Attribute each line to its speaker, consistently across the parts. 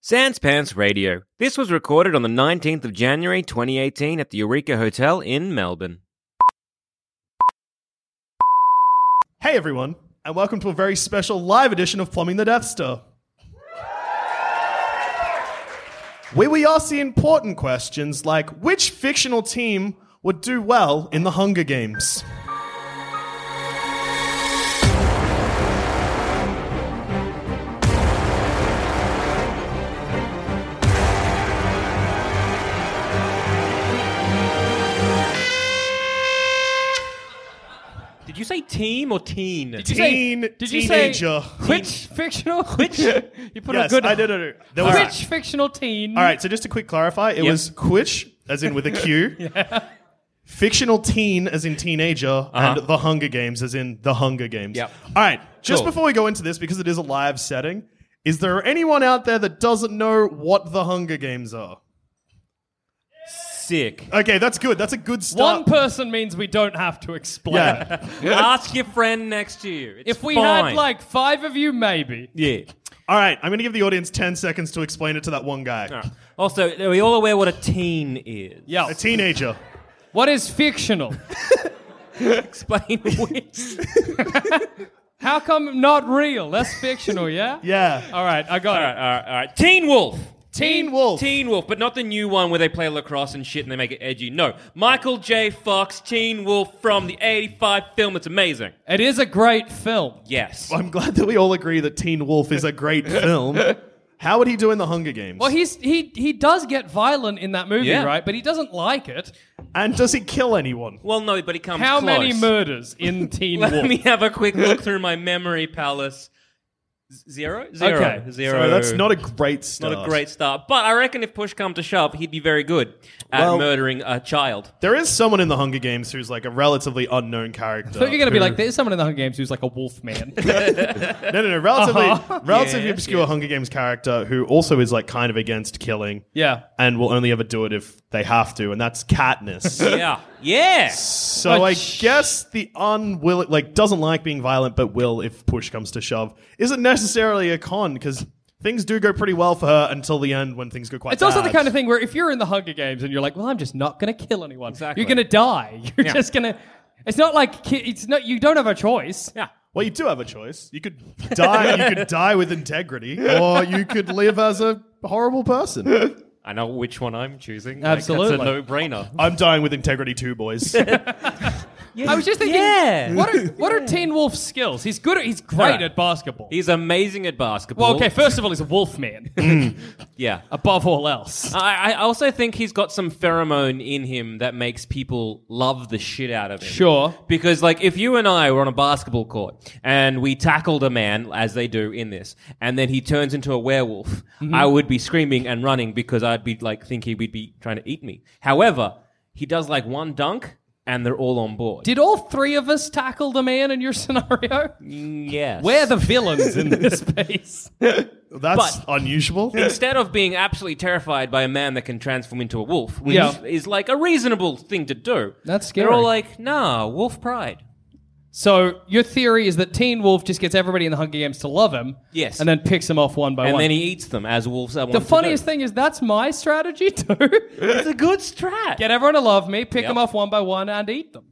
Speaker 1: Sans Pants Radio. This was recorded on the 19th of January 2018 at the Eureka Hotel in Melbourne.
Speaker 2: Hey everyone, and welcome to a very special live edition of Plumbing the Death Star. Where we ask the important questions like which fictional team would do well in the Hunger Games?
Speaker 3: Did you say team or teen?
Speaker 2: you say- Teen, did you say teenager.
Speaker 3: which fictional? Which you put
Speaker 2: Yes,
Speaker 3: a good.
Speaker 2: I did it. There was-
Speaker 3: which
Speaker 2: Alright.
Speaker 3: fictional teen?
Speaker 2: All right, so just to quick clarify, it
Speaker 1: Yep.
Speaker 2: was Quitch, as in with a Q, fictional teen, as in teenager,
Speaker 4: Uh-huh.
Speaker 2: and The Hunger Games, as in The Hunger Games.
Speaker 3: Yep.
Speaker 2: All right, just
Speaker 3: Cool.
Speaker 2: before we go into this, because it is a live setting, is there anyone out there that doesn't know what The Hunger Games are?
Speaker 1: Sick.
Speaker 2: Okay, that's good. That's a good
Speaker 4: One
Speaker 2: start.
Speaker 4: person means we don't have to explain.
Speaker 2: Yeah.
Speaker 1: Ask your friend next to you. It's
Speaker 4: If we
Speaker 1: fine.
Speaker 4: had like five of you, maybe.
Speaker 1: Yeah.
Speaker 2: all right, I'm going to give the audience 10 seconds to explain it to that one guy.
Speaker 1: Also, are we all aware what a teen is?
Speaker 4: Yeah.
Speaker 2: A teenager.
Speaker 4: What is fictional?
Speaker 1: Explain which.
Speaker 4: How come not real? That's fictional, yeah?
Speaker 2: Yeah.
Speaker 4: All right, I got
Speaker 1: all
Speaker 4: it.
Speaker 1: right, all right, all right. Teen Wolf.
Speaker 2: Teen Wolf.
Speaker 1: Teen Wolf, but not the new one where they play lacrosse and shit and they make it edgy. No. Michael J. Fox, Teen Wolf from the 85 film. It's amazing.
Speaker 4: It is a great film.
Speaker 1: Yes.
Speaker 2: I'm glad that we all agree that Teen Wolf is a great film. How would he do in The Hunger Games?
Speaker 4: Well, he's, he, he does get violent in that movie,
Speaker 1: Yeah.
Speaker 4: right? But he doesn't like it.
Speaker 2: and does he kill anyone?
Speaker 1: Well, no, but he comes
Speaker 4: How
Speaker 1: close.
Speaker 4: many murders in Teen
Speaker 1: Let
Speaker 4: Wolf?
Speaker 1: me have a quick look through my memory palace. Z- Zero, zero, zero.
Speaker 4: Okay,
Speaker 2: So that's not a great start.
Speaker 1: Not a great start, but I reckon if push come to shove, he'd be very good at
Speaker 2: Well-
Speaker 1: murdering a child.
Speaker 2: There is someone in the Hunger Games who's like a relatively unknown character.
Speaker 4: But you're going to be like, there's someone in the Hunger Games who's like a wolf man.
Speaker 2: no, no, no, relatively,
Speaker 4: Uh-huh.
Speaker 2: relatively
Speaker 1: Yes,
Speaker 2: obscure Hunger Games character who also is like kind of against killing.
Speaker 4: yeah.
Speaker 2: And will only ever do it if they have to, and that's Katniss.
Speaker 1: Yeah, yeah.
Speaker 2: so I
Speaker 4: sh-
Speaker 2: guess the unwilling, like, doesn't like being violent, but will if push comes to shove, isn't necessarily a con because things do go pretty well for her until the end when things go quite.
Speaker 4: It's also the
Speaker 2: bad.
Speaker 4: kind of thing where if you're in the Hunger Games and you're like, well, I'm just not going to kill anyone.
Speaker 1: Exactly.
Speaker 4: You're going to die. You're
Speaker 1: Yeah.
Speaker 4: just going to. It's not like ki- it's not. You don't have a choice.
Speaker 1: Yeah.
Speaker 2: Well, you do have a choice. You could die. you could die with integrity, or you could live as a horrible person.
Speaker 1: I know which one I'm choosing.
Speaker 4: Absolutely.
Speaker 1: like, it's a no-brainer.
Speaker 2: I'm dying with integrity too, boys.
Speaker 4: I was just thinking,
Speaker 1: Yeah.
Speaker 4: what are what are Teen Wolf's skills? He's good. At, he's great
Speaker 1: Alright.
Speaker 4: at basketball.
Speaker 1: He's amazing at basketball.
Speaker 4: well, okay. First of all, he's a wolf man.
Speaker 1: yeah.
Speaker 4: above all else,
Speaker 1: I, I also think he's got some pheromone in him that makes people love the shit out of him.
Speaker 4: Sure.
Speaker 1: Because, like, if you and I were on a basketball court and we tackled a man, as they do in this, and then he turns into a werewolf,
Speaker 4: Mm-hmm.
Speaker 1: I would be screaming and running because I'd be, like, thinking he'd be trying to eat me. However, he does, like, one dunk and they're all on board.
Speaker 4: did all three of us tackle the man in your scenario?
Speaker 1: yes.
Speaker 4: We're the villains in this piece.
Speaker 2: That's unusual.
Speaker 1: Instead of being absolutely terrified by a man that can transform into a wolf, which
Speaker 4: Yeah.
Speaker 1: is like a reasonable thing to do,
Speaker 4: That's
Speaker 1: They're all
Speaker 4: scary.
Speaker 1: like, "Nah, wolf pride."
Speaker 4: So your theory is that Teen Wolf just gets everybody in the Hunger Games to love him,
Speaker 1: Yes.
Speaker 4: and then picks them off one by
Speaker 1: and
Speaker 4: one.
Speaker 1: then he eats them as wolves are.
Speaker 4: the funniest thing is that's my strategy too.
Speaker 1: It's a good strat.
Speaker 4: Get everyone to love me, pick
Speaker 1: Yep.
Speaker 4: them off one by one, and eat them.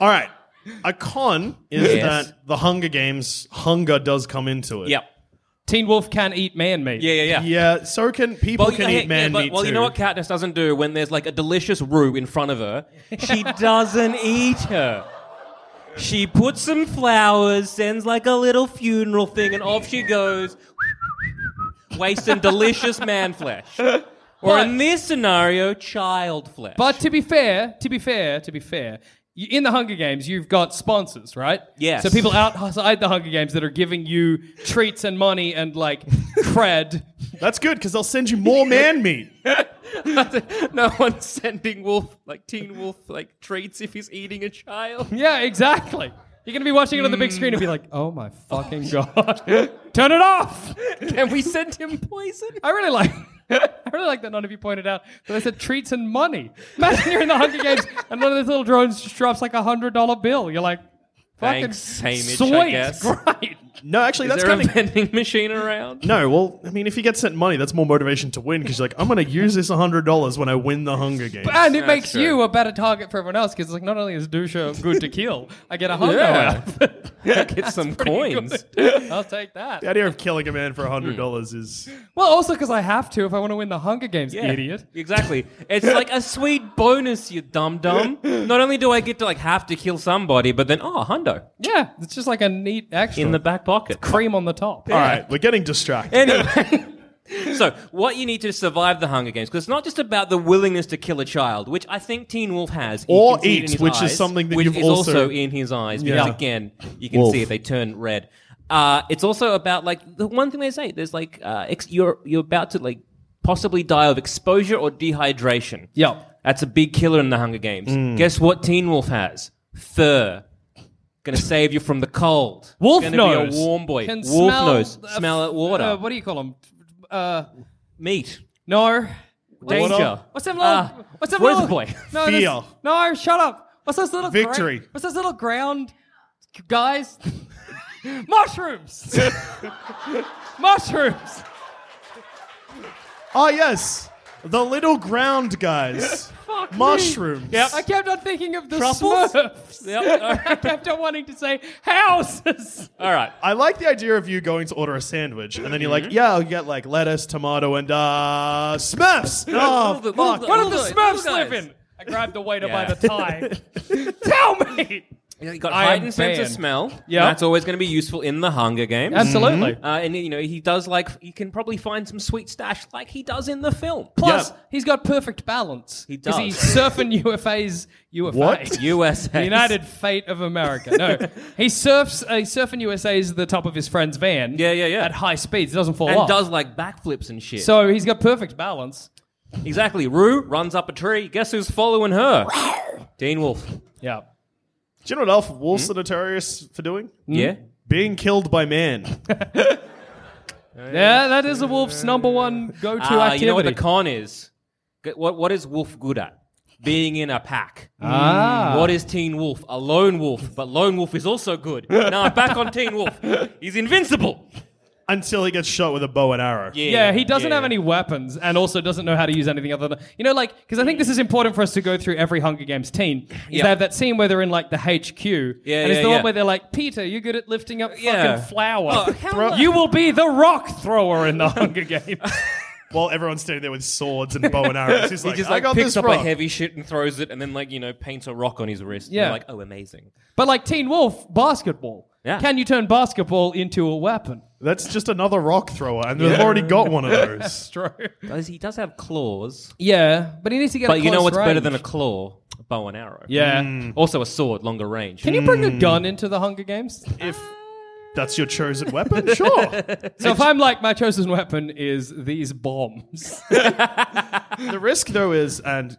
Speaker 2: All right. a con is
Speaker 1: Yes.
Speaker 2: that the Hunger Games hunger does come into it.
Speaker 1: Yep.
Speaker 4: Teen Wolf can eat man meat.
Speaker 1: Yeah, yeah, yeah.
Speaker 2: Yeah, so can people
Speaker 1: Well, you
Speaker 2: can
Speaker 1: know,
Speaker 2: eat
Speaker 1: hey,
Speaker 2: man
Speaker 1: yeah, but-
Speaker 2: meat
Speaker 1: well,
Speaker 2: too.
Speaker 1: you know what Katniss doesn't do when there's like a delicious roux in front of her? She doesn't eat her. She puts some flowers, sends like a little funeral thing, and off she goes, wasting delicious man flesh. Or in this scenario, child flesh.
Speaker 4: But to be fair, to be fair, to be fair, you, in the Hunger Games, you've got sponsors, right?
Speaker 1: Yes.
Speaker 4: So people outside the Hunger Games that are giving you treats and money and like cred.
Speaker 2: That's good because they'll send you more man meat.
Speaker 3: no one's sending Wolf like Teen Wolf like treats if he's eating a child.
Speaker 4: Yeah, exactly. You're gonna be watching it on the big screen and be like, "Oh my fucking god, turn it off!"
Speaker 3: Can we send him poison?
Speaker 4: I really like. I really like that none of you pointed out that I said treats and money. Imagine you're in the Hunger Games and one of those little drones just drops like a hundred dollar bill. You're like, fucking
Speaker 1: Thanks, Hamish, I
Speaker 4: sweet,
Speaker 1: guess."
Speaker 4: great.
Speaker 2: No, actually, that's
Speaker 1: is there
Speaker 2: kind
Speaker 1: a
Speaker 2: of
Speaker 1: vending machine around?
Speaker 2: no. Well, I mean, if you get sent money, that's more motivation to win because you're like, I'm going to use this hundred dollars when I win the Hunger Games.
Speaker 4: And it
Speaker 1: That's
Speaker 4: makes
Speaker 1: true.
Speaker 4: you a better target for everyone else because like not only is Dusha good to kill, I get a hunger.
Speaker 1: Yeah.
Speaker 4: out.
Speaker 1: Get some coins.
Speaker 4: I'll take that.
Speaker 2: the idea of killing a man for hundred dollars is
Speaker 4: Well, also because I have to if I want to win the Hunger Games,
Speaker 1: Yeah,
Speaker 4: idiot.
Speaker 1: Exactly. It's like a sweet bonus, you dum dum. Not only do I get to like have to kill somebody, but then oh, hundo
Speaker 4: Yeah, it's just like a neat extra.
Speaker 1: in the back pocket.
Speaker 4: cream on the top.
Speaker 2: all right. We're getting distracted.
Speaker 1: Anyway. So, what you need to survive the Hunger Games, because it's not just about the willingness to kill a child, which I think Teen Wolf has, You
Speaker 2: Or
Speaker 1: can see it in
Speaker 2: eat,
Speaker 1: his
Speaker 2: which is
Speaker 1: eyes,
Speaker 2: something that
Speaker 1: which
Speaker 2: you've
Speaker 1: is
Speaker 2: also-
Speaker 1: in his eyes.
Speaker 2: Yeah.
Speaker 1: Because again, you can
Speaker 2: Wolf.
Speaker 1: see it; they turn red. Uh, it's also about like the one thing they say. There's like uh, ex- you're you're about to like possibly die of exposure or dehydration.
Speaker 4: Yep.
Speaker 1: That's a big killer in the Hunger Games.
Speaker 2: Mm.
Speaker 1: Guess what Teen Wolf has? Fur. Gonna save you from the cold.
Speaker 4: Wolf
Speaker 1: Gonna
Speaker 4: nose.
Speaker 1: Be a warm boy.
Speaker 4: Can
Speaker 1: Wolf
Speaker 4: smell
Speaker 1: nose.
Speaker 4: the-
Speaker 1: smell it water.
Speaker 4: Uh, what do you call them? Uh,
Speaker 1: Meat.
Speaker 4: no.
Speaker 1: Danger.
Speaker 4: What's that little?
Speaker 1: Ah,
Speaker 4: what's that
Speaker 1: what is
Speaker 4: little?
Speaker 1: it, boy?
Speaker 4: No, this-
Speaker 2: Fear.
Speaker 4: No, shut up. What's those little? gra-
Speaker 2: Victory.
Speaker 4: what's those little ground guys? Mushrooms. Mushrooms.
Speaker 2: Ah, yes, the little ground guys,
Speaker 4: Fuck me.
Speaker 2: mushrooms.
Speaker 4: I kept on thinking of the
Speaker 1: Truffles?
Speaker 4: Smurfs.
Speaker 1: Yep, all right.
Speaker 4: I kept on wanting to say houses.
Speaker 1: All right.
Speaker 2: I like the idea of you going to order a sandwich and then you're
Speaker 1: Mm-hmm.
Speaker 2: like, yeah, I'll get like lettuce, tomato, and uh, Smurfs. Oh,
Speaker 1: Little-
Speaker 2: fuck.
Speaker 1: little-
Speaker 4: What did
Speaker 1: Little
Speaker 4: the
Speaker 1: guys,
Speaker 4: Smurfs
Speaker 1: little
Speaker 4: live
Speaker 1: guys.
Speaker 4: in? I grabbed the waiter by
Speaker 1: Yeah.
Speaker 4: the tie. Tell me.
Speaker 1: You got
Speaker 4: I am
Speaker 1: heightened sense of
Speaker 4: banned.
Speaker 1: smell.
Speaker 4: Yep.
Speaker 1: That's always going to be useful in the Hunger Games.
Speaker 4: Absolutely.
Speaker 1: Uh, and you know he does like you can probably find some sweet stash like he does in the film.
Speaker 4: Plus,
Speaker 2: Yeah.
Speaker 4: he's got perfect balance.
Speaker 1: He
Speaker 4: 'Cause He's
Speaker 1: does.
Speaker 4: surfing UFA's UFA.
Speaker 2: What?
Speaker 1: USA.
Speaker 4: The United Fate of America. No, he surfs. Uh, surfing USA's the top of his friend's van.
Speaker 1: Yeah, yeah, yeah.
Speaker 4: At high speeds, it doesn't fall
Speaker 1: and
Speaker 4: off.
Speaker 1: does like backflips and shit.
Speaker 4: so he's got perfect balance.
Speaker 1: exactly. Rue runs up a tree. Guess who's following her? Dean Wolf.
Speaker 4: Yeah.
Speaker 2: Do you know what Alf Wolf's
Speaker 1: Mm-hmm.
Speaker 2: are notorious for doing?
Speaker 1: Yeah.
Speaker 2: Being killed by man.
Speaker 4: Yeah, that is a wolf's number one go-to
Speaker 1: Ah,
Speaker 4: activity.
Speaker 1: you know what the con is? G- What what is Wolf good at? Being in a pack.
Speaker 4: Ah.
Speaker 1: What is Teen Wolf? A lone wolf, but lone wolf is also good. now I'm back on Teen Wolf. He's invincible.
Speaker 2: Until he gets shot with a bow and arrow.
Speaker 4: Yeah, he doesn't have any weapons and also doesn't know how to use anything other than you know, like because I think this is important for us to go through every Hunger Games team. Is
Speaker 1: Yeah.
Speaker 4: they have that scene where they're in like the HQ,
Speaker 1: Yeah,
Speaker 4: and it's
Speaker 1: yeah,
Speaker 4: the
Speaker 1: yeah.
Speaker 4: one where they're like, "Peter, you're good at lifting up
Speaker 1: Yeah.
Speaker 4: fucking flour.
Speaker 1: Oh, how
Speaker 4: Throw-
Speaker 1: the-
Speaker 4: you will be the rock thrower in the Hunger Games."
Speaker 2: While everyone's standing there with swords and bow and arrows. He's
Speaker 1: He
Speaker 2: like,
Speaker 1: just
Speaker 2: I
Speaker 1: like
Speaker 2: got
Speaker 1: picks
Speaker 2: this
Speaker 1: up
Speaker 2: from.
Speaker 1: a heavy shit and throws it, and then like you know paints a rock on his wrist. And
Speaker 4: Yeah.
Speaker 1: you're like oh amazing.
Speaker 4: but like Teen Wolf, basketball.
Speaker 1: Yeah.
Speaker 4: Can you turn basketball into a weapon?
Speaker 2: That's just another rock thrower, and they've already got one of those.
Speaker 4: True.
Speaker 1: Does he does have claws?
Speaker 4: Yeah, but he needs to get.
Speaker 1: But
Speaker 4: a
Speaker 1: you know
Speaker 4: close
Speaker 1: what's better
Speaker 4: range.
Speaker 1: than a Mm. claw? A bow and arrow.
Speaker 4: Yeah.
Speaker 1: Also a sword, longer range.
Speaker 4: Can you bring
Speaker 1: Mm.
Speaker 4: a gun into the Hunger Games?
Speaker 2: if that's your chosen weapon, sure.
Speaker 4: So if I'm like my chosen weapon is these bombs.
Speaker 2: The risk, though, is, and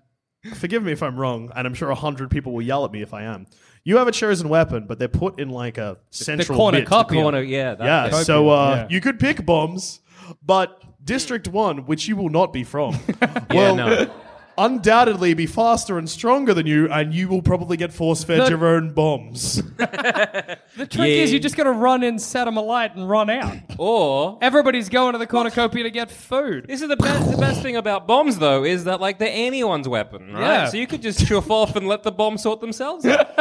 Speaker 2: forgive me if I'm wrong, and I'm sure a hundred people will yell at me if I am. You have a chosen weapon, but they're put in like a central
Speaker 4: corner
Speaker 2: bit.
Speaker 4: cup.
Speaker 1: Corner, yeah. that
Speaker 2: Yeah,
Speaker 1: bit.
Speaker 2: so uh,
Speaker 4: yeah.
Speaker 2: you could pick bombs, but District One, which you will not be from, will
Speaker 1: no.
Speaker 2: undoubtedly be faster and stronger than you, and you will probably get force fed your own bombs.
Speaker 4: The trick
Speaker 1: Yeah.
Speaker 4: is you just got to run in, set them alight, and run out.
Speaker 1: Or
Speaker 4: Everybody's going to the cornucopia to get food.
Speaker 1: This is the best. the best thing about bombs, though, is that like they're anyone's weapon, right?
Speaker 4: Yeah.
Speaker 1: So you could just chuff off and let the bomb sort themselves out.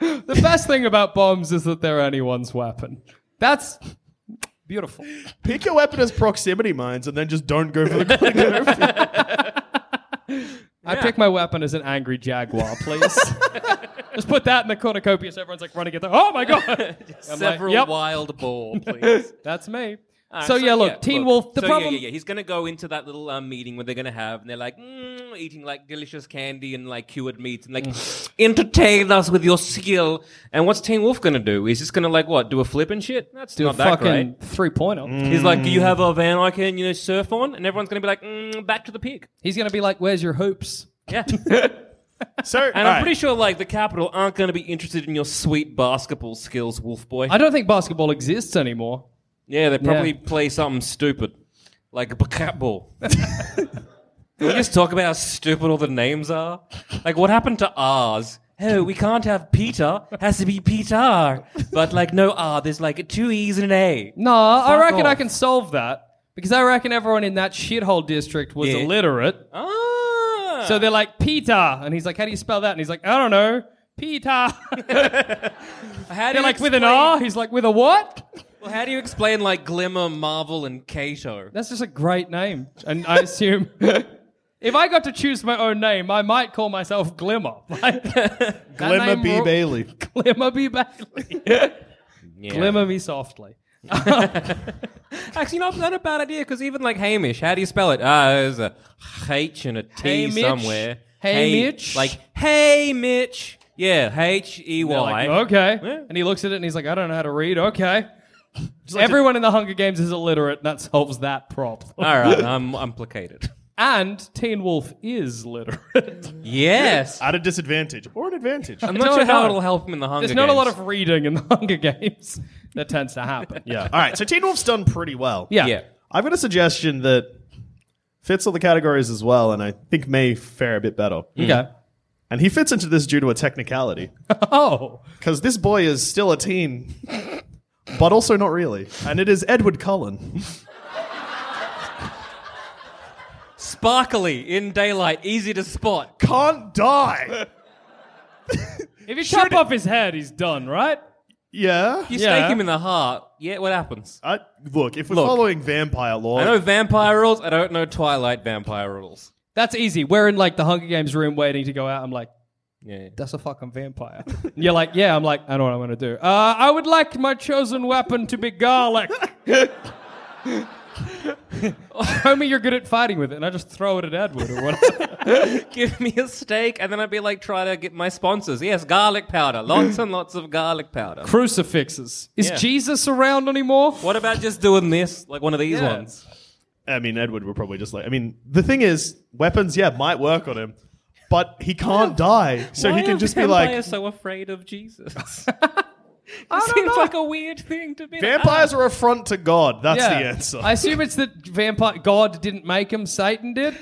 Speaker 4: The best thing about bombs is that they're anyone's weapon. That's beautiful.
Speaker 2: Pick your weapon as proximity mines and then just don't go for the quick
Speaker 4: I pick my weapon as an angry jaguar, please. Just put that in the cornucopia so everyone's like running at the. Oh my god! I'm like,
Speaker 3: Several
Speaker 4: yep,
Speaker 3: wild boar, please.
Speaker 4: that's me.
Speaker 1: All right,
Speaker 4: so, yeah, look, Teen Wolf. The
Speaker 1: so, yeah,
Speaker 4: problem.
Speaker 1: yeah, yeah, he's gonna go into that little um, meeting where they're gonna have, and they're like mm, eating like delicious candy and like cured meats, and like entertain us with your skill. And what's Teen Wolf gonna do? He's just gonna like what? Do a flip and shit? That's
Speaker 4: Do a
Speaker 1: not that great. Mm.
Speaker 4: fucking Mm. three pointer.
Speaker 1: He's like, "Do you have a van I can, you know, surf on?" And everyone's gonna be like, mm, "Back to the pig."
Speaker 4: He's gonna be like, "Where's your hoops?"
Speaker 1: Yeah, and
Speaker 2: So,
Speaker 1: I'm
Speaker 2: alright.
Speaker 1: pretty sure like the capital aren't gonna be interested in your sweet basketball skills, Wolf Boy.
Speaker 4: I don't think basketball exists anymore.
Speaker 1: Yeah, they probably play something stupid, like a cat ball. Can we just talk about how stupid all the names are? Like, what happened to R's? Oh, we can't have Peter. Has to be Peter. But like, no R. There's like two E's and an A.
Speaker 4: No, I
Speaker 1: Fuck
Speaker 4: reckon I
Speaker 1: off.
Speaker 4: can solve that because I reckon everyone in that shithole district was
Speaker 1: Yeah.
Speaker 4: illiterate.
Speaker 1: Ah.
Speaker 4: So they're like Peter, and he's like, "How do you spell that?" And he's like, "I don't know, Peter."
Speaker 1: how do
Speaker 4: they're
Speaker 1: you
Speaker 4: like, "With
Speaker 1: explain-
Speaker 4: an R?" He's like, "With a what?"
Speaker 1: Well, how do you explain like Glimmer, Marvel, and Kato?
Speaker 4: That's just a great name, and I assume if I got to choose my own name, I might call myself Glimmer. Like, that
Speaker 2: Glimmer
Speaker 4: name
Speaker 2: B.
Speaker 4: ru-
Speaker 2: Bailey.
Speaker 4: Glimmer B. Bailey. Glimmer me softly.
Speaker 1: Actually, not, not a bad idea because even like Hamish, how do you spell it? Ah, there's a H and a T
Speaker 4: Hamish.
Speaker 1: somewhere.
Speaker 4: Hamish.
Speaker 1: Hey, like hey Mitch. Yeah, H E
Speaker 4: They're
Speaker 1: Y.
Speaker 4: like, okay.
Speaker 1: Yeah.
Speaker 4: And he looks at it and he's like, I don't know how to read. Okay. Everyone in the Hunger Games is illiterate, and that solves that problem.
Speaker 1: All right, I'm I'm placated.
Speaker 4: And Teen Wolf is literate.
Speaker 1: Yes.
Speaker 2: At a disadvantage or an advantage.
Speaker 1: I'm not
Speaker 4: don't
Speaker 1: sure how
Speaker 4: Uh, know.
Speaker 1: it'll help him in the Hunger
Speaker 4: There's not a lot
Speaker 1: Games.
Speaker 4: of reading in the Hunger Games that tends to happen.
Speaker 2: yeah. All right. So Teen Wolf's done pretty well.
Speaker 4: Yeah.
Speaker 1: Yeah.
Speaker 2: I've got a suggestion that fits all the categories as well, and I think may fare a bit better.
Speaker 4: Okay.
Speaker 1: Mm.
Speaker 2: And he fits into this due to a technicality.
Speaker 4: Oh.
Speaker 2: Because this boy is still a teen, but also not really. And it is Edward Cullen.
Speaker 1: Sparkly in daylight, easy to spot.
Speaker 2: Can't die.
Speaker 4: If you chop off his head, he's done, right?
Speaker 2: Yeah.
Speaker 1: You
Speaker 4: Yeah. Uh,
Speaker 1: stake him in the heart. Yeah, what happens?
Speaker 2: I, look, if we're
Speaker 1: Look.
Speaker 2: following vampire
Speaker 1: I know
Speaker 2: law,
Speaker 1: vampire rules. I don't know Twilight vampire rules.
Speaker 4: That's easy. We're in like the Hunger Games room waiting to go out. I'm like,
Speaker 1: Yeah.
Speaker 4: that's a fucking vampire. And You're like, yeah. I'm like, I know what I'm going to do. Uh, I would like my chosen weapon to be garlic. Homie, you're good at fighting with it. And I just throw it at Edward or whatever.
Speaker 1: give me a steak, and then I'd be like, try to get my sponsors. Yes, garlic powder, lots and lots of garlic powder.
Speaker 4: Crucifixes. Is
Speaker 1: Yeah.
Speaker 4: Jesus around anymore?
Speaker 1: What about just doing this, like one of these
Speaker 4: Yeah.
Speaker 1: ones?
Speaker 2: I mean, Edward would probably just like. I mean, the thing is, weapons, yeah, might work on him, but he can't die. So he can just be like,
Speaker 1: so afraid of Jesus. seems like a weird thing to be.
Speaker 2: vampires are affront to God. That's
Speaker 4: Yeah.
Speaker 2: the answer.
Speaker 4: I assume it's that vampire God didn't make him, Satan did.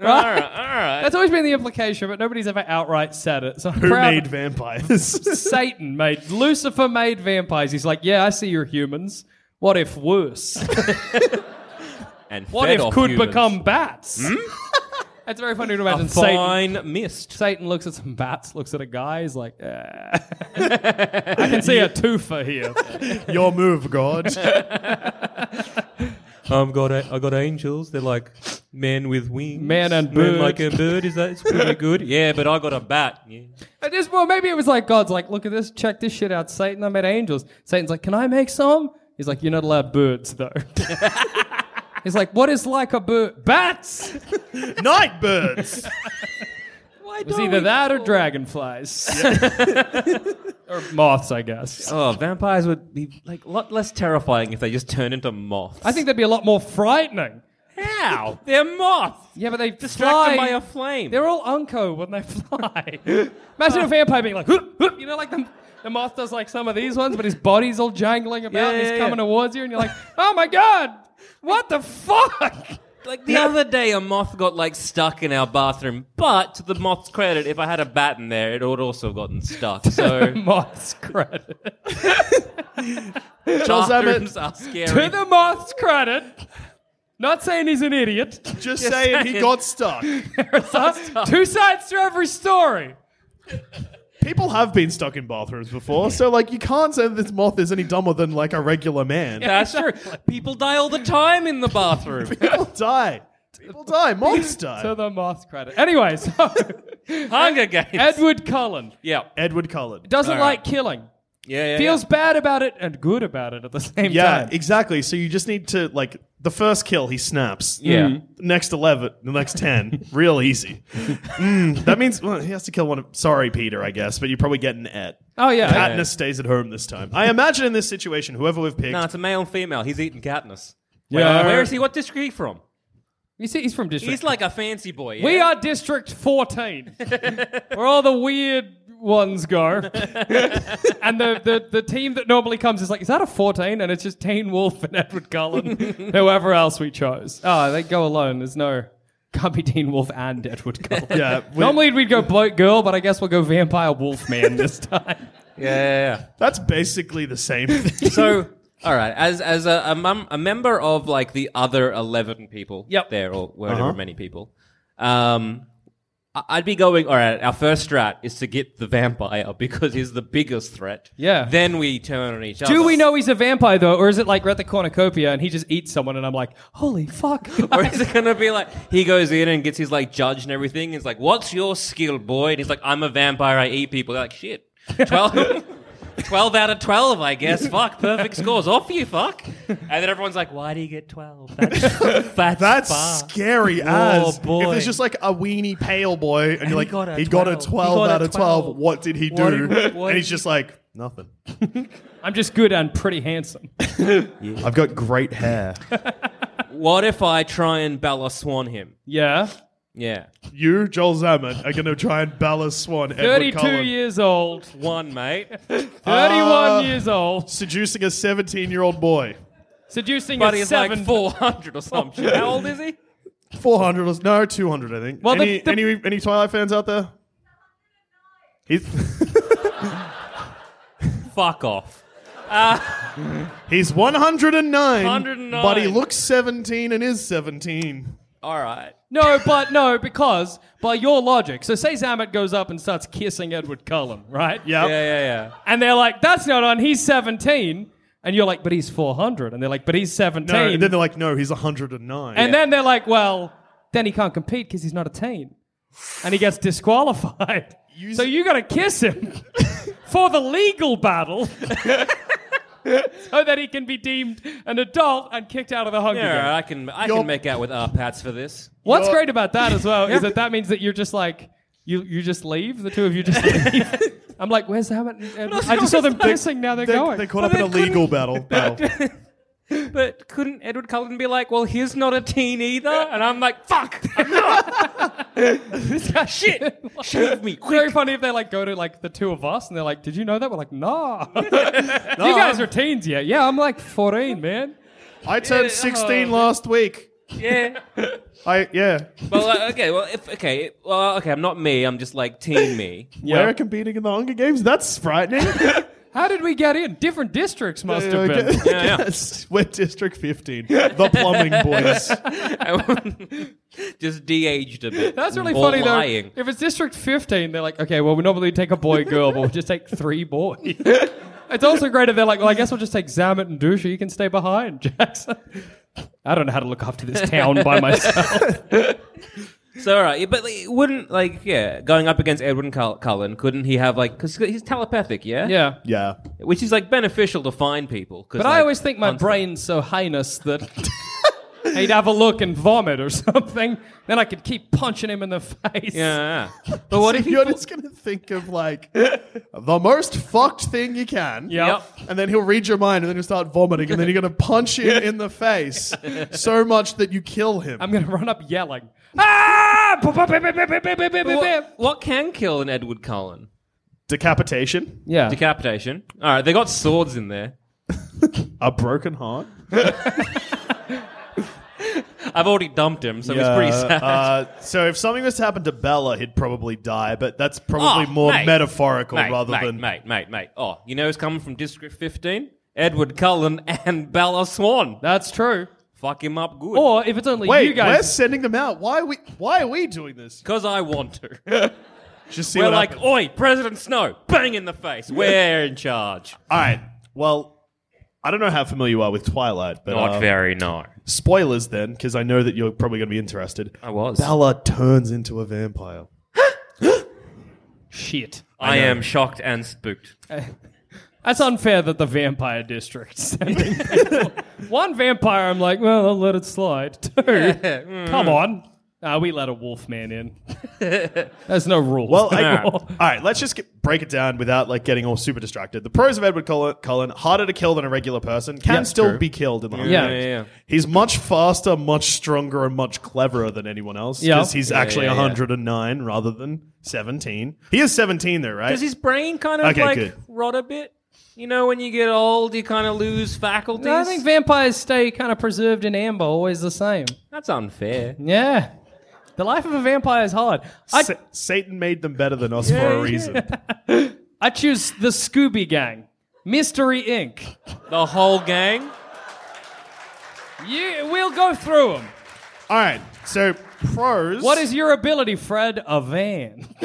Speaker 1: all right, all right.
Speaker 4: That's always been the implication, but nobody's ever outright said it. So I'm
Speaker 2: Who
Speaker 4: proud-
Speaker 2: made vampires?
Speaker 4: Satan made Lucifer made vampires. He's like, yeah, I see you're humans. What if worse?
Speaker 1: and
Speaker 4: What
Speaker 1: fed
Speaker 4: if
Speaker 1: off
Speaker 4: could
Speaker 1: humans. Hmm?
Speaker 4: become bats? That's very funny to imagine.
Speaker 1: a
Speaker 4: Satan,
Speaker 1: fine mist?
Speaker 4: Satan looks at some bats, looks at a guy. He's like, eh. I can see a twofer here.
Speaker 2: Your move, God.
Speaker 1: I've got a, I got angels. They're like men with wings.
Speaker 4: Man and bird.
Speaker 1: Men like a bird. Is that it's pretty good? Yeah, but I got a bat. Yeah.
Speaker 4: I just, well, maybe it was like God's like, look at this, check this shit out, Satan. I made angels. Satan's like, can I make some? He's like, you're not allowed birds though. He's like, what is like a bird? Bats.
Speaker 2: Night birds.
Speaker 1: Why
Speaker 4: It's either that or dragonflies. or moths, I guess.
Speaker 1: Oh, vampires would be like a lot less terrifying if they just turned into moths.
Speaker 4: I think that'd be a lot more frightening.
Speaker 1: how they're moths.
Speaker 4: Yeah, but they
Speaker 1: Distracted
Speaker 4: fly.
Speaker 1: by a flame.
Speaker 4: They're all unco when they fly. Imagine a vampire being like, "Hup, hup," you know, like the, the moth does like some of these ones, but his body's all jangling about
Speaker 1: Yeah,
Speaker 4: and he's
Speaker 1: yeah,
Speaker 4: coming
Speaker 1: yeah.
Speaker 4: towards you, and you're like, oh my god, what the fuck?
Speaker 1: like the other day, a moth got like stuck in our bathroom. But to the moth's credit, if I had a bat in there, it would also have gotten stuck. So
Speaker 4: Moth's credit.
Speaker 2: Charles Abbott
Speaker 1: bathrooms are scary.
Speaker 4: to the moth's credit. Not saying he's an idiot.
Speaker 2: just saying he
Speaker 1: saying.
Speaker 2: got stuck.
Speaker 4: Two sides to every story.
Speaker 2: People have been stuck in bathrooms before, so like you can't say that this moth is any dumber than like a regular man.
Speaker 1: That's true. People die all the time in the bathroom.
Speaker 2: People die. People die. Moths die.
Speaker 4: to the moth credit. Anyway, so
Speaker 1: Hunger Games.
Speaker 4: Edward Cullen
Speaker 1: yeah.
Speaker 2: Edward Cullen.
Speaker 4: doesn't like killing.
Speaker 1: Yeah, yeah,
Speaker 4: Feels bad about it and good about it at the same
Speaker 2: yeah,
Speaker 4: time.
Speaker 2: exactly. So you just need to like the first kill, he snaps.
Speaker 1: Yeah. Mhm.
Speaker 2: The next eleven, the next ten, real easy. Mm, that means well, he has to kill one. of... Sorry, Peter, I guess, but you probably get an et.
Speaker 4: Oh yeah.
Speaker 2: Katniss stays at home this time. I imagine in this situation, whoever we've picked,
Speaker 1: No, it's a male and female. He's eating Katniss.
Speaker 4: Yeah.
Speaker 1: Wait, where is he? What district he from?
Speaker 4: You see, he's from district.
Speaker 1: He's like a fancy boy. Yeah?
Speaker 4: we are District 14, where all the weird ones go. and the, the, the team that normally comes is like, is that a 14? And it's just Teen Wolf and Edward Cullen, whoever else we chose. Oh, they go alone. There's no. Can't be Teen Wolf and Edward Cullen.
Speaker 2: yeah, we-
Speaker 4: Normally we'd go bloke girl, but I guess we'll go vampire wolf man this time.
Speaker 1: Yeah, yeah, yeah.
Speaker 2: that's basically the same. thing.
Speaker 1: So, all right, as as a a, mem- a member of like the other eleven people
Speaker 4: Yep.
Speaker 1: there or whatever many people, um, I- I'd be going. All right, our first strat is to get the vampire because he's the biggest threat.
Speaker 4: Yeah.
Speaker 1: Then we turn on each other.
Speaker 4: Do we know he's a vampire though, or is it like we're at the cornucopia and he just eats someone and I'm like, holy fuck.
Speaker 1: Or is it gonna be like he goes in and gets his like judge and everything? He's like, "What's your skill, boy?" And he's like, "I'm a vampire. I eat people." They're like, "Shit, 12, 12 out of twelve, I guess. fuck, perfect scores. Off you, fuck." And then everyone's like, "Why do you get twelve? That's that's,
Speaker 2: That's
Speaker 1: far."
Speaker 2: scary as if
Speaker 1: boy.
Speaker 2: there's just like a weenie pale boy, and, you're like, he got a, 12,
Speaker 1: 12. He got
Speaker 2: out
Speaker 1: a
Speaker 2: of 12.
Speaker 1: 12.
Speaker 2: What did he do?
Speaker 1: What did- what- what
Speaker 2: and
Speaker 1: did
Speaker 2: he's just like, nothing.
Speaker 4: I'm just good and pretty handsome.
Speaker 2: I've got great hair.
Speaker 1: What if I try and Bella Swan him?
Speaker 4: Yeah.
Speaker 1: Yeah,
Speaker 2: you, Joel Zaman, are going to try and ballast Swan. Edward
Speaker 4: 32
Speaker 2: Cullen.
Speaker 4: years old.
Speaker 1: one mate.
Speaker 4: 31
Speaker 2: Uh,
Speaker 4: years old.
Speaker 2: seducing a 17 year old boy.
Speaker 4: Seducing
Speaker 1: But
Speaker 4: a
Speaker 1: he's
Speaker 4: seven.
Speaker 1: like four hundred or something. How old is he?
Speaker 2: 400, was- no, 200, I think.
Speaker 4: Well, the-
Speaker 2: any,
Speaker 4: the-
Speaker 2: any, any Twilight fans out there? He's,
Speaker 1: Fuck off.
Speaker 2: he's 109,
Speaker 1: 109.
Speaker 2: but he looks 17 and is 17.
Speaker 1: All right.
Speaker 4: No, but no, because by your logic, so say Zamet goes up and starts kissing Edward Cullen, right?
Speaker 1: Yeah,
Speaker 2: Yep.
Speaker 1: yeah, yeah.
Speaker 4: And they're like, that's not on, he's 17. And you're like, but he's 400. And they're like, but he's 17.
Speaker 2: No, and then they're like, no, he's 109.
Speaker 4: And then they're like, well, then he can't compete because he's not a teen. And he gets disqualified. so you got to kiss him for the legal battle so that he can be deemed an adult and kicked out of the Hunger
Speaker 1: Yeah, all
Speaker 4: Games.
Speaker 1: right, I can I
Speaker 2: Yup.
Speaker 1: can make out with our pats for this.
Speaker 4: What's great about that as well is that that means that you're just like, you, you just leave? The two of you just leave? I'm like, where's Hammett? and Edward? I just saw them kissing, now they're,
Speaker 2: they're,
Speaker 4: going.
Speaker 2: they're caught up in a legal battle. battle.
Speaker 1: But couldn't Edward Cullen be like, well, he's not a teen either? And I'm like, fuck, I'm not. Shit, shave me
Speaker 4: It's very
Speaker 1: quick.
Speaker 4: funny if they like go to like the two of us and they're like, "Did you know that?" We're like, "Nah." you guys are teens yet? Yeah, I'm like 14, man.
Speaker 2: I turned 16 last week.
Speaker 1: Yeah.
Speaker 2: I Yeah.
Speaker 1: Well, uh, okay. Well, if okay, well, uh, okay. I'm not me. I'm just like teen me.
Speaker 2: We're competing in the Hunger Games? That's frightening.
Speaker 4: How did we get in? Different districts must have
Speaker 2: Okay.
Speaker 4: been.
Speaker 1: Yeah, yeah.
Speaker 2: Yes. We're District 15. The plumbing boys.
Speaker 1: just de-aged a bit.
Speaker 4: That's really
Speaker 1: Or
Speaker 4: funny
Speaker 1: lying.
Speaker 4: though. If it's District 15, they're like, "Okay, well, we normally take a boy, girl, but we'll just take three boys." it's also great if they're like, "Well, I guess we'll just take Zamet and Dusha. You can stay behind, Jackson." I don't know how to look after this town by myself.
Speaker 1: So all right, yeah, but like, wouldn't like yeah, going up against Edward Cull- Cullen, couldn't he have like because he's telepathic, yeah,
Speaker 4: yeah.
Speaker 2: Yeah.
Speaker 1: which is like beneficial to find people. 'cause,
Speaker 4: But I
Speaker 1: like,
Speaker 4: always think my
Speaker 1: hunts them.
Speaker 4: brain's so heinous that he'd have a look and vomit or something. Then I could keep punching him in the face.
Speaker 1: Yeah, yeah. but what if you?
Speaker 2: you're just going to think of like the most fucked thing you can.
Speaker 4: Yep.
Speaker 2: And then he'll read your mind and then you'll start vomiting and then you're going to punch him in the face so much that you kill him.
Speaker 4: I'm going to run up yelling. Ah! Bip, bip, bip, bip, bip, bip, bip, bip, bip.
Speaker 1: What, what can kill an Edward Cullen?
Speaker 2: Decapitation,
Speaker 4: Yeah.
Speaker 1: Decapitation. All right, they got swords in there.
Speaker 2: a broken heart.
Speaker 1: I've already dumped him, so he's pretty sad.
Speaker 2: Uh, so if something was to happen to Bella, he'd probably die, but that's probably
Speaker 1: Oh,
Speaker 2: more
Speaker 1: mate.
Speaker 2: metaphorical
Speaker 1: mate,
Speaker 2: rather
Speaker 1: mate,
Speaker 2: than.
Speaker 1: mate, mate, mate. Oh, you know who's coming from District 15? Edward Cullen and Bella Swan.
Speaker 4: That's true.
Speaker 1: Fuck him up good.
Speaker 4: Or if it's only
Speaker 2: Wait,
Speaker 4: you guys.
Speaker 2: we're sending them out. Why are we? Why are we doing this?
Speaker 1: because I want to.
Speaker 2: Just see
Speaker 1: We're
Speaker 2: what
Speaker 1: like,
Speaker 2: happens.
Speaker 1: oi, President Snow, bang in the face. We're in charge.
Speaker 2: All right. Well, I don't know how familiar you are with Twilight, but
Speaker 1: Not
Speaker 2: uh,
Speaker 1: very, no.
Speaker 2: spoilers then, because I know that you're probably going to be interested.
Speaker 1: I was.
Speaker 2: Bella turns into a vampire.
Speaker 4: Shit.
Speaker 1: I, am shocked and spooked.
Speaker 4: That's unfair that the vampire district's sending people. One vampire, I'm like, well, I'll let it slide. Two, come on. Uh, we let a wolf man in. There's no rules.
Speaker 2: Well, I, all right, let's just get, break it down without like getting all super distracted. The pros of Edward Cullen, Cullen harder to kill than a regular person, can still be killed in the Hunger
Speaker 4: Yeah.
Speaker 2: Games.
Speaker 1: Yeah, yeah, yeah.
Speaker 2: He's much faster, much stronger, and much cleverer than anyone else
Speaker 4: Yeah.
Speaker 2: because he's actually
Speaker 1: yeah, yeah.
Speaker 2: 109 rather than 17. He is 17 though, right?
Speaker 1: Does his brain kind of
Speaker 2: Okay,
Speaker 1: like
Speaker 2: good.
Speaker 1: rot a bit? You know, when you get old, you kind of lose faculties.
Speaker 4: I think vampires stay kind of preserved in amber, always the same.
Speaker 1: That's unfair.
Speaker 4: Yeah. The life of a vampire is hard. I,
Speaker 2: Sa- Satan made them better than us for a reason.
Speaker 4: I choose the Scooby Gang, Mystery Inc.
Speaker 1: The whole gang.
Speaker 4: Yeah, we'll go through them.
Speaker 2: All right, so pros.
Speaker 4: What is your ability, Fred? A van.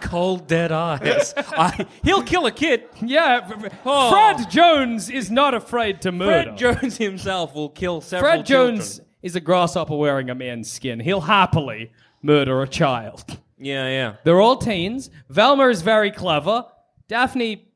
Speaker 1: Cold, dead eyes. I, he'll kill a kid.
Speaker 4: Yeah, F- F- Fred Jones is not afraid to murder.
Speaker 1: Fred Jones himself will kill several
Speaker 4: Fred Jones
Speaker 1: children.
Speaker 4: is a grasshopper wearing a man's skin. He'll happily murder a child.
Speaker 1: Yeah, yeah.
Speaker 4: They're all teens. Velma is very clever. Daphne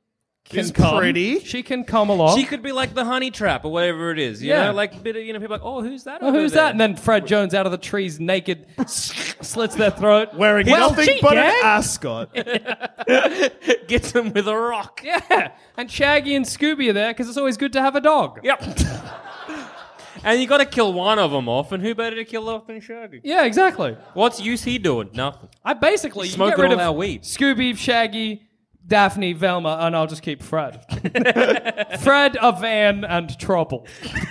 Speaker 4: can
Speaker 2: Is
Speaker 4: come.
Speaker 2: pretty.
Speaker 4: She can come along.
Speaker 1: She could be like the honey trap or whatever it is. You
Speaker 4: Yeah.
Speaker 1: know, like bit of, you know, people are like, oh, who's that?
Speaker 4: Oh,
Speaker 1: over
Speaker 4: who's
Speaker 1: there?
Speaker 4: that? And then Fred Jones out of the trees, naked, slits their throat.
Speaker 2: Wearing
Speaker 4: Well,
Speaker 2: nothing
Speaker 4: gee,
Speaker 2: but
Speaker 4: gang.
Speaker 2: an ascot.
Speaker 1: gets him with a rock.
Speaker 4: Yeah, and Shaggy and Scooby are there because it's always good to have a dog.
Speaker 1: Yep. and you got to kill one of them off, and who better to kill off than Shaggy?
Speaker 4: Yeah, exactly.
Speaker 1: What's use he doing? Nothing.
Speaker 4: I basically you
Speaker 1: Smoking
Speaker 4: get rid
Speaker 1: all
Speaker 4: of
Speaker 1: our weed.
Speaker 4: Scooby, Shaggy, Daphne, Velma, and I'll just keep Fred. Fred, a van, and trouble.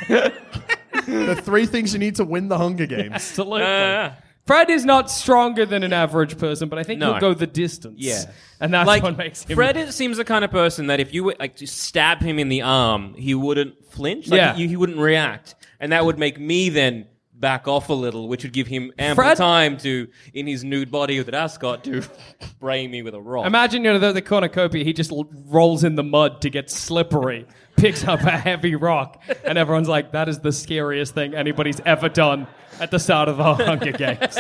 Speaker 2: the three things you need to win the Hunger Games.
Speaker 4: Absolutely. Fred is not stronger than an average person, but I think
Speaker 1: No.
Speaker 4: he'll go the distance.
Speaker 1: Yeah.
Speaker 4: and that's
Speaker 1: like
Speaker 4: what makes him.
Speaker 1: Fred is, seems the kind of person that if you were, like to stab him in the arm, he wouldn't flinch. Like,
Speaker 4: Yeah.
Speaker 1: you- he wouldn't react, and that would make me then back off a little, which would give him ample
Speaker 4: Fred-
Speaker 1: time to, in his nude body with an ascot, to brain me with a rock.
Speaker 4: Imagine, you know, the, the cornucopia, he just l- rolls in the mud to get slippery, picks up a heavy rock, and everyone's like, that is the scariest thing anybody's ever done at the start of the Hunger Games.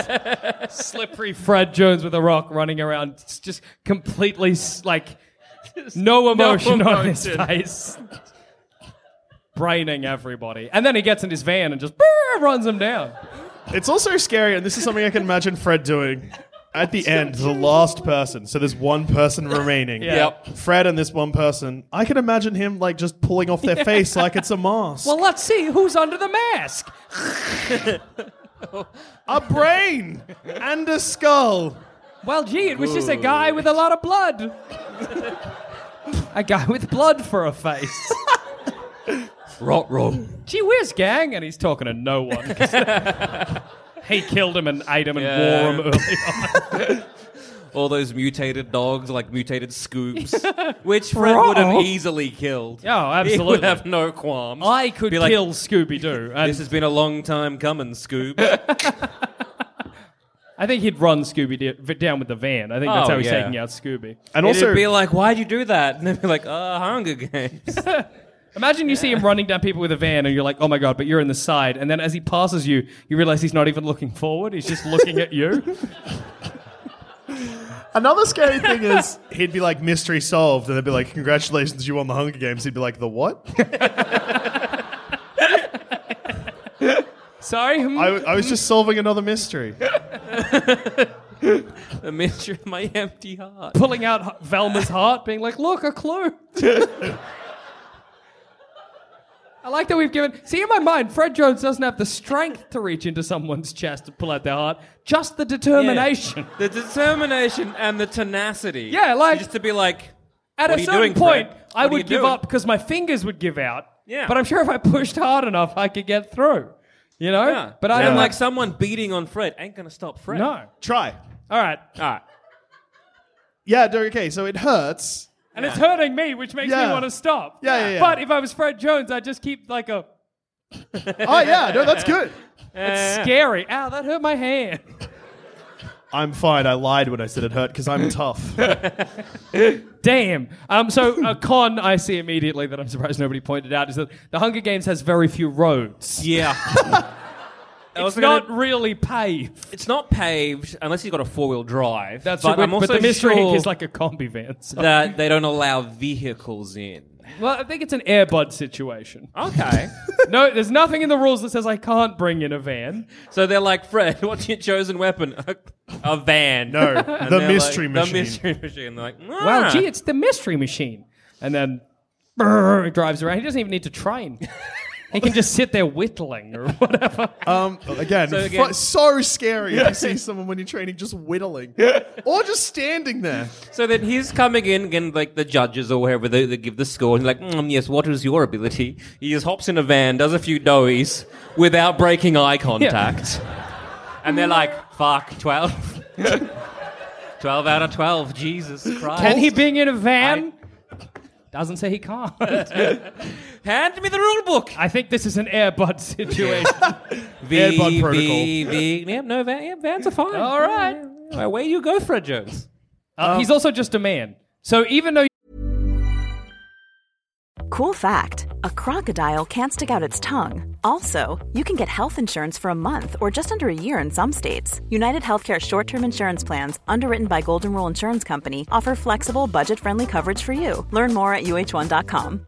Speaker 4: slippery Fred Jones with a rock running around, s- just completely, s- like, no emotion on his
Speaker 1: emotion.
Speaker 4: face. Braining everybody. And then he gets in his van and just runs them down.
Speaker 2: It's also scary, and this is something I can imagine Fred doing. At the end, the last person. So there's one person remaining.
Speaker 1: Yep.
Speaker 2: Fred and this one person. I can imagine him like just pulling off their face like it's a mask.
Speaker 4: Well, let's see who's under the mask.
Speaker 2: a brain and a skull.
Speaker 4: Well, gee, it was just a guy with a lot of blood. a guy with blood for a face.
Speaker 1: Rot wrong.
Speaker 4: gee whiz, gang. And he's talking to no one. 'cause he killed him and ate him and
Speaker 1: Yeah.
Speaker 4: wore him early on.
Speaker 1: All those mutated dogs, like mutated scoops, which Fred would have
Speaker 4: Wrong.
Speaker 1: easily killed.
Speaker 4: Yeah,
Speaker 1: He would
Speaker 4: Oh, absolutely.
Speaker 1: have no qualms.
Speaker 4: I could
Speaker 1: Be like,
Speaker 4: kill Scooby Doo.
Speaker 1: This has been a long time coming, Scoob.
Speaker 4: I think he'd run Scooby Doo down with the van. I think that's
Speaker 1: Oh,
Speaker 4: how he's
Speaker 1: yeah.
Speaker 4: taking out Scooby.
Speaker 2: And
Speaker 1: It'd
Speaker 2: also,
Speaker 1: be like, why'd you do that? And they'd be like, uh, Hunger Games.
Speaker 4: Imagine you see him running down people with a van and you're like, oh my God, but you're in the side. And then as he passes you, you realize he's not even looking forward. He's just looking at you.
Speaker 2: another scary thing is he'd be like, mystery solved. And they'd be like, congratulations, you won the Hunger Games. He'd be like, the what?
Speaker 4: Sorry? hmm?
Speaker 2: I, I was just solving another mystery.
Speaker 1: a mystery of my empty heart.
Speaker 4: pulling out H- Velma's heart, being like, "Look, a clue." I like that we've given. See, in my mind, Fred Jones doesn't have the strength to reach into someone's chest and pull out their heart, just the determination.
Speaker 1: The determination and the tenacity.
Speaker 4: Yeah, like-
Speaker 1: Just to be like, What
Speaker 4: At
Speaker 1: are
Speaker 4: a
Speaker 1: you
Speaker 4: certain
Speaker 1: doing,
Speaker 4: point,
Speaker 1: Fred? What
Speaker 4: I
Speaker 1: are
Speaker 4: would
Speaker 1: you
Speaker 4: give
Speaker 1: doing?
Speaker 4: up because my fingers would give out.
Speaker 1: Yeah.
Speaker 4: But I'm sure if I pushed hard enough, I could get through. You know.
Speaker 1: yeah.
Speaker 4: But I
Speaker 1: And
Speaker 4: don't
Speaker 1: like
Speaker 4: like.
Speaker 1: someone beating on Fred ain't going to stop Fred.
Speaker 4: No.
Speaker 1: All
Speaker 4: All
Speaker 2: Try.
Speaker 4: right.
Speaker 1: right.
Speaker 2: Yeah, no, okay, so it hurts.
Speaker 4: And it's hurting me, which makes
Speaker 2: Yeah.
Speaker 4: me want to stop.
Speaker 2: Yeah, yeah, yeah.
Speaker 4: But if I was Fred Jones, I'd just keep like a
Speaker 2: Oh, yeah, no, that's good.
Speaker 4: It's scary. Ow, that hurt my hand.
Speaker 2: I'm fine. I lied when I said it hurt because I'm tough.
Speaker 4: Damn. Um, so a con I see immediately that I'm surprised nobody pointed out is that the Hunger Games has very few roads.
Speaker 1: Yeah.
Speaker 4: It's not really paved.
Speaker 1: it's not paved unless you've got a four wheel drive.
Speaker 4: That's
Speaker 1: but
Speaker 4: but,
Speaker 1: I'm also
Speaker 4: but the mystery
Speaker 1: sure
Speaker 4: is like a combi van. so-
Speaker 1: that they don't allow vehicles in.
Speaker 4: Well, I think it's an Airbud situation.
Speaker 1: Okay.
Speaker 4: no, there's nothing in the rules that says I can't bring in a van.
Speaker 1: so they're like, Fred, what's your chosen weapon? A, a van.
Speaker 2: No,
Speaker 1: And
Speaker 2: the
Speaker 1: they're
Speaker 2: mystery
Speaker 1: like,
Speaker 2: machine.
Speaker 1: The mystery machine. They're like, nah.
Speaker 4: Wow, gee, it's the mystery machine. And then brrr, it drives around. He doesn't even need to train. he can just sit there whittling or whatever.
Speaker 2: Um, again, so,
Speaker 1: again-
Speaker 2: so scary if you see someone when you're training just whittling or just standing there.
Speaker 1: So then he's coming in, and like the judges or wherever they, they give the score, and like, mm, yes, what is your ability? He just hops in a van, does a few doughies without breaking eye contact. And they're like, fuck, 12. 12 out of 12, Jesus Christ.
Speaker 4: and he being in a van doesn't say he can't.
Speaker 1: Hand me the rule book.
Speaker 4: I think this is an Airbud situation.
Speaker 1: V,
Speaker 2: Ah, Airbud
Speaker 1: V,
Speaker 2: protocol.
Speaker 1: V. Yeah, no, van, yeah, vans are fine.
Speaker 4: All right.
Speaker 1: Yeah, Um, yeah. Away you go, Fred Jones.
Speaker 4: Uh, he's also just a man. So even though
Speaker 5: Cool fact a crocodile can't stick out its tongue. Also, you can get health insurance for a month or just under a year in some states. United Healthcare short term insurance plans, underwritten by Golden Rule Insurance Company, offer flexible, budget friendly coverage for you. Learn more at uh1.com.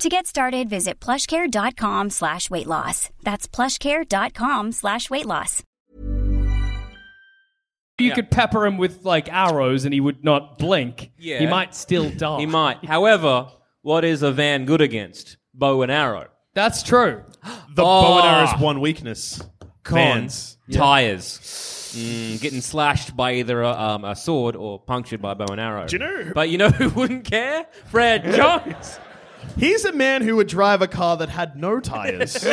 Speaker 6: To get started, visit plushcare.com slash weight loss. That's plushcare.com slash weight loss.
Speaker 4: you
Speaker 1: Yeah.
Speaker 4: could pepper him with like arrows and he would not blink,
Speaker 1: Yeah.
Speaker 4: he might still
Speaker 2: Oh.
Speaker 4: die.
Speaker 1: He might. However, what is a van good against? Bow and arrow.
Speaker 4: That's true.
Speaker 2: The bow and
Speaker 1: Ah.
Speaker 2: arrow is one weakness.
Speaker 1: Cons.
Speaker 2: Cons.
Speaker 1: Tires. Mm, getting slashed by either a, um, a sword or punctured by a bow and arrow. Do
Speaker 2: you know who-
Speaker 1: But you know who wouldn't care? Fred Jones.
Speaker 2: He's a man who would drive a car that had no tires.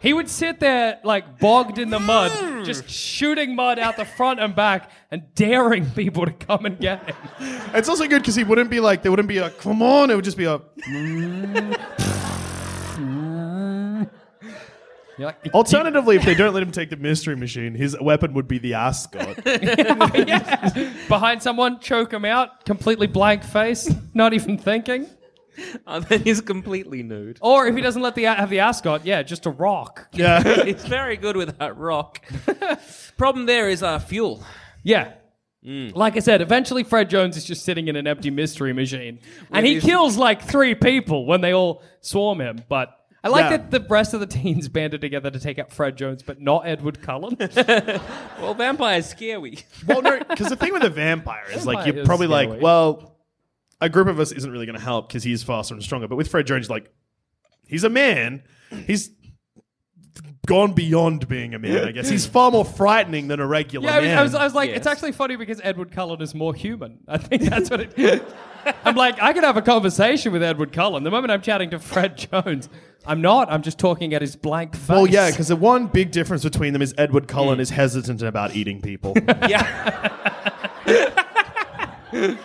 Speaker 4: He would sit there like bogged in the mud,
Speaker 1: Mm.
Speaker 4: just shooting mud out the front and back and daring people to come and get him.
Speaker 2: it's also good because he wouldn't be like, there wouldn't be a, come on. It would just be a,
Speaker 4: You're like,
Speaker 2: alternatively, if they don't let him take the mystery machine, his weapon would be the ass god.
Speaker 4: behind someone, choke him out, completely blank face, not even thinking.
Speaker 1: and Oh, then he's completely nude.
Speaker 4: Or if he doesn't let the have the ascot, yeah, just a rock.
Speaker 2: yeah.
Speaker 1: He's very good with that rock. Problem there is uh, fuel.
Speaker 4: Yeah. Like I said, eventually Fred Jones is just sitting in an empty mystery machine. And he
Speaker 1: his-
Speaker 4: kills like three people when they all swarm him. But I like
Speaker 2: Yeah.
Speaker 4: that the rest of the teens banded together to take out Fred Jones, but not Edward Cullen.
Speaker 1: Well, vampires scare we.
Speaker 2: Well, no, because the thing with a vampire is like,
Speaker 4: Vampire
Speaker 2: you're
Speaker 4: is
Speaker 2: probably
Speaker 4: scary.
Speaker 2: like, well, a group of us isn't really going to help because he's faster and stronger. But with Fred Jones, like, he's a man. He's gone beyond being a man, I guess. He's far more frightening than a regular
Speaker 4: yeah, I was,
Speaker 2: man.
Speaker 4: I was, I was like,
Speaker 1: Yes.
Speaker 4: it's actually funny because Edward Cullen is more human. I think that's what it. I'm like, I could have a conversation with Edward Cullen. The moment I'm chatting to Fred Jones, I'm not. I'm just talking at his blank face.
Speaker 2: well, yeah, because the one big difference between them is Edward Cullen
Speaker 4: Mm.
Speaker 2: is hesitant about eating people.
Speaker 1: Yeah.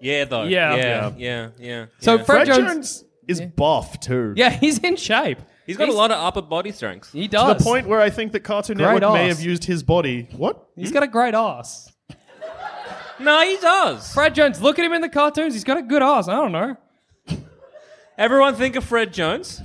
Speaker 1: yeah, though.
Speaker 4: Yeah.
Speaker 1: Yeah. Yeah. yeah.
Speaker 4: So
Speaker 1: yeah.
Speaker 4: Fred,
Speaker 2: Fred
Speaker 4: Jones,
Speaker 2: Jones is buff, too.
Speaker 4: yeah, he's in shape.
Speaker 1: he's got a lot of upper body strength.
Speaker 4: He
Speaker 2: To
Speaker 4: does.
Speaker 2: the point where I think that Cartoon
Speaker 4: Great
Speaker 2: Network may
Speaker 4: ass.
Speaker 2: have used his body. What?
Speaker 4: He's got a great ass.
Speaker 1: No, he does.
Speaker 4: Fred Jones, look at him in the cartoons. He's got a good ass. I don't know.
Speaker 1: Everyone think of Fred Jones.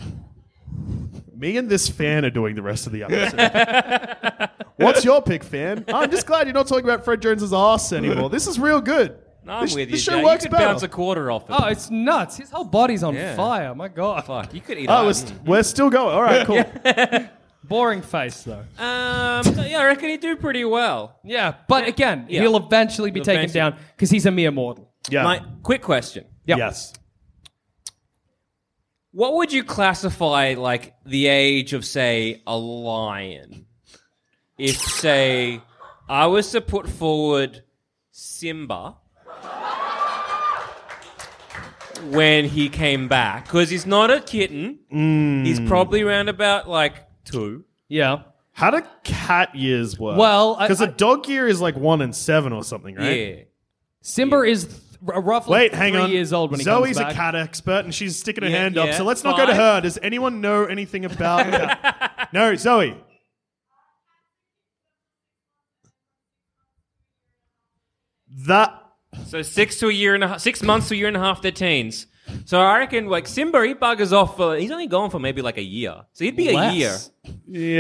Speaker 2: Me and this fan are doing the rest of the episode. What's your pick, fan? I'm just glad you're not talking about Fred Jones's ass anymore. This is real good.
Speaker 1: No, I'm
Speaker 2: This-
Speaker 1: with you.
Speaker 2: this show
Speaker 1: Jay.
Speaker 2: works
Speaker 1: you could
Speaker 2: better.
Speaker 1: bounce a quarter off it.
Speaker 4: Oh, it's nuts. His whole body's on
Speaker 1: Yeah.
Speaker 4: fire. My God.
Speaker 1: fuck. You could eat.
Speaker 2: Oh,
Speaker 1: iron.
Speaker 2: we're, st- we're still going. All right, cool.
Speaker 4: Boring face, though.
Speaker 1: Um, so, yeah, I reckon he'd do pretty well.
Speaker 4: Yeah, but again,
Speaker 1: Yeah.
Speaker 4: he'll eventually be taken
Speaker 1: Eventually.
Speaker 4: down because he's a mere mortal.
Speaker 2: Yeah.
Speaker 1: My quick question:
Speaker 4: Yeah.
Speaker 2: Yes.
Speaker 1: What would you classify like the age of, say, a lion? If, say, I was to put forward Simba when he came back, because he's not a kitten,
Speaker 2: Hmm.
Speaker 1: he's probably around about like two.
Speaker 4: Yeah.
Speaker 2: How do cat years work?
Speaker 4: Well, I-
Speaker 2: because a
Speaker 4: I-
Speaker 2: dog year is like one and seven or something, right?
Speaker 1: Yeah.
Speaker 4: Simba is th- r- roughly
Speaker 2: Wait, hang
Speaker 4: three
Speaker 2: on.
Speaker 4: years old when he
Speaker 2: Zoe's
Speaker 4: comes back.
Speaker 2: a cat expert, and she's sticking her
Speaker 1: Yeah,
Speaker 2: hand up.
Speaker 1: yeah,
Speaker 2: So let's not go to
Speaker 1: five.
Speaker 2: her. Does anyone know anything about? cat? No, Zoe. That
Speaker 1: So six to a year and a half, six months to a year and a half, they're teens. So I reckon like Simba, he buggers off for, he's only gone for maybe like a year. So he'd be
Speaker 4: Less.
Speaker 1: a year.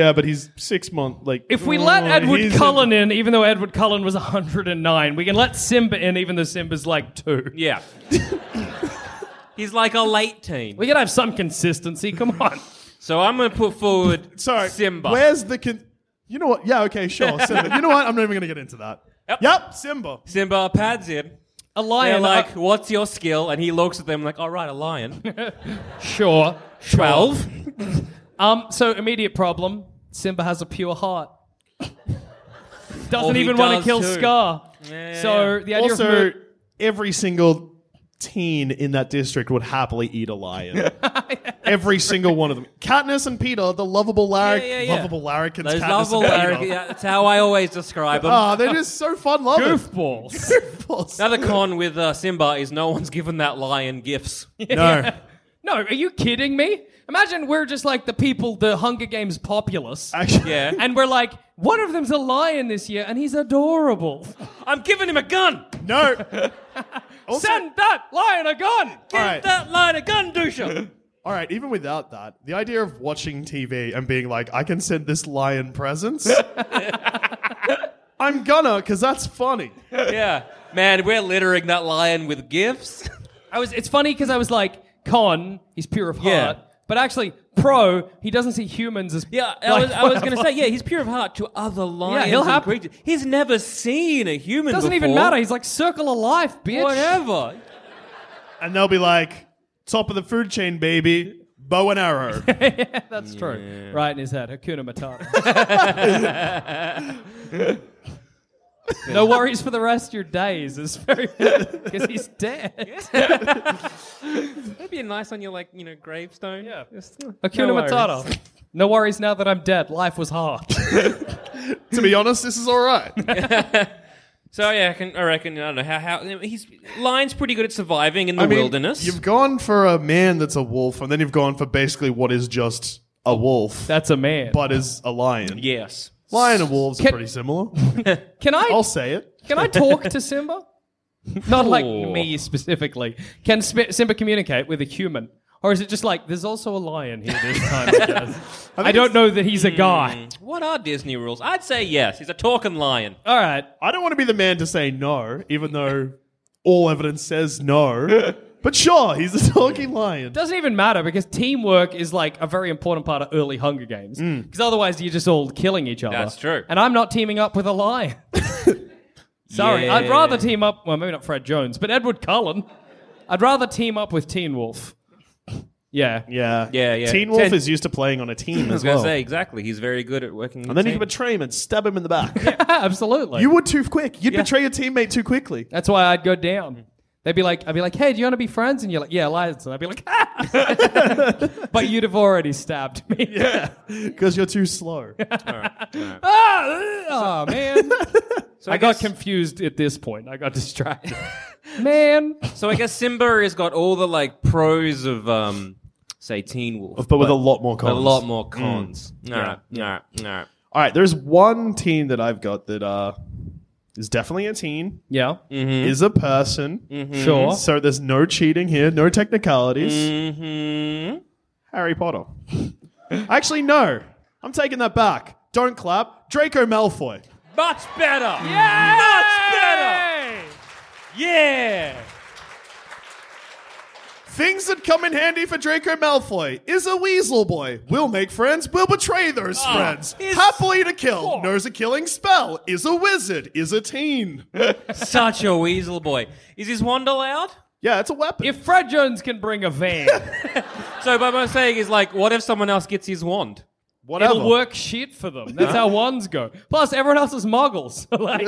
Speaker 2: yeah, but he's six month. Like
Speaker 4: If we let
Speaker 2: Oh,
Speaker 4: Edward
Speaker 2: he's in-
Speaker 4: Cullen in, even though Edward Cullen was 109, we can let Simba in, even though Simba's like two.
Speaker 1: Yeah. he's like a late teen.
Speaker 4: We can have some consistency. Come on.
Speaker 1: So I'm going to put forward
Speaker 2: Sorry,
Speaker 1: Simba.
Speaker 2: Where's the? Con- you know what? Yeah, okay, sure. Simba. you know what? I'm not even gonna get into that.
Speaker 1: Yep.
Speaker 2: Simba.
Speaker 1: Simba pads in.
Speaker 4: A
Speaker 1: They're
Speaker 4: lion.
Speaker 1: like,
Speaker 4: uh,
Speaker 1: what's your skill? And he looks at them like, all right, a lion.
Speaker 4: sure. sure.
Speaker 1: 12.
Speaker 4: Um, so immediate problem. Simba has a pure heart.
Speaker 1: Or
Speaker 4: Doesn't
Speaker 1: he
Speaker 4: even want
Speaker 1: does
Speaker 4: to kill
Speaker 1: too.
Speaker 4: Scar. so the idea of
Speaker 2: Also,
Speaker 4: mo-
Speaker 2: every single teen in that district would happily eat a lion. every single one of them. Katniss and Peter, the lovable larric,
Speaker 1: Yeah, yeah, yeah.
Speaker 2: lovable larrikins.
Speaker 1: Those
Speaker 2: Katniss
Speaker 1: lovable
Speaker 2: and
Speaker 1: Larry-
Speaker 2: Peter.
Speaker 1: yeah, That's how I always describe them.
Speaker 2: Ah, they're just so fun loving.
Speaker 4: goofballs.
Speaker 2: Goofballs.
Speaker 1: Another con with uh, Simba is no one's given that lion gifts.
Speaker 2: No.
Speaker 4: no, are you kidding me? Imagine we're just like the people, the Hunger Games populace.
Speaker 2: Actually,
Speaker 1: Yeah.
Speaker 4: and we're like, one of them's a lion this year, and he's adorable.
Speaker 1: I'm giving him a gun.
Speaker 2: no. Also,
Speaker 4: Send that lion a gun.
Speaker 2: all right.
Speaker 1: That lion a gun, doucher.
Speaker 2: All right, even without that, the idea of watching TV and being like, I can send this lion presents. I'm gonna, because that's funny.
Speaker 1: yeah. Man, we're littering that lion with gifts.
Speaker 4: I was. It's funny because I was like, con, he's pure of heart,
Speaker 1: Yeah.
Speaker 4: but actually, pro, he doesn't see humans as.
Speaker 1: Yeah, I
Speaker 4: like,
Speaker 1: was, I was going to
Speaker 4: whatever.
Speaker 1: say, yeah, he's pure of heart to other lions.
Speaker 4: he'll
Speaker 1: and
Speaker 4: hap-
Speaker 1: creatures. He's never seen a human.
Speaker 4: Doesn't even
Speaker 1: before.
Speaker 4: matter. He's like circle of life, bitch.
Speaker 1: Whatever.
Speaker 2: And they'll be like, top of the food chain, baby, bow and arrow.
Speaker 4: That's true. Right in his head. Hakuna Matata. no worries for the rest of your days. It's very because he's dead.
Speaker 1: That'd be nice on your like you know gravestone. Yeah.
Speaker 4: Hakuna Matata. No worries now that I'm dead. Life was hard.
Speaker 2: to be honest, this is all right.
Speaker 1: So yeah, I, can, I reckon I don't know how how he's lion's pretty good at surviving in the
Speaker 2: I mean,
Speaker 1: wilderness.
Speaker 2: You've gone for a man that's a wolf, and then you've gone for basically what is just a wolf,
Speaker 4: That's a man.
Speaker 2: but is a lion.
Speaker 1: yes.
Speaker 2: Lion and wolves are
Speaker 4: Can-
Speaker 2: pretty similar.
Speaker 4: Can I?
Speaker 2: I'll say it.
Speaker 4: Can I talk to Simba? Not like
Speaker 1: Oh.
Speaker 4: me specifically. Can Sp- Simba communicate with a human? Or is it just like, there's also a lion here this time? I, guess. I don't know that he's a guy.
Speaker 1: What are Disney rules? I'd say yes. He's a talking lion.
Speaker 4: All right.
Speaker 2: I don't want to be the man to say no, even though all evidence says no. But sure, he's a talking lion.
Speaker 4: Doesn't even matter because teamwork is like a very important part of early Hunger Games. Because otherwise, you're just all killing each other.
Speaker 1: That's true.
Speaker 4: And I'm not teaming up with a lion. Sorry,
Speaker 1: Yeah.
Speaker 4: I'd rather team up. Well, maybe not Fred Jones, but Edward Cullen. I'd rather team up with Teen Wolf. Yeah.
Speaker 2: Yeah,
Speaker 1: Yeah, yeah.
Speaker 2: Teen Wolf
Speaker 1: Ten-
Speaker 2: is used to playing on a team
Speaker 1: I was
Speaker 2: as
Speaker 1: going
Speaker 2: well.
Speaker 1: to say exactly. He's very good at working.
Speaker 2: and then you can betray him and stab him in the back.
Speaker 4: Absolutely.
Speaker 2: you would too quick. You'd betray your teammate too quickly.
Speaker 4: That's why I'd go down. They'd be like, I'd be like, hey, do you want to be friends? And you're like, yeah, alliance. And I'd be like, ah! but you'd have already stabbed me.
Speaker 2: Yeah, because you're too slow.
Speaker 4: Ah, oh, man. I, got
Speaker 1: guess-
Speaker 4: confused at this point. I got distracted. man.
Speaker 1: so I guess Simba has got all the like pros of um say Teen Wolf,
Speaker 2: but with a lot more
Speaker 1: but a
Speaker 2: cons.
Speaker 1: lot more cons. All right, all right, all right.
Speaker 2: All right, there's one teen that I've got that uh, is definitely a teen,
Speaker 4: Yeah.
Speaker 2: is a person.
Speaker 4: Sure.
Speaker 2: Mm-hmm. So there's no cheating here, no technicalities.
Speaker 1: Mm-hmm.
Speaker 2: Harry Potter. Actually, no. I'm taking that back. Don't clap. Draco Malfoy.
Speaker 1: Much better. Yeah. Much better.
Speaker 4: Yeah.
Speaker 2: Things that come in handy for Draco Malfoy is a weasel boy. Will make friends, will betray those friends.
Speaker 4: Ah, is-
Speaker 2: Happily to kill, knows a killing spell, is a wizard, is a teen.
Speaker 1: Such a weasel boy. Is his wand allowed?
Speaker 2: yeah, it's a weapon.
Speaker 4: If Fred Jones can bring a van,
Speaker 1: So, but what I'm saying is, like, what if someone else gets his wand?
Speaker 2: Whatever.
Speaker 4: it'll work shit for them. That's how ones go. Plus, everyone else is muggles. like,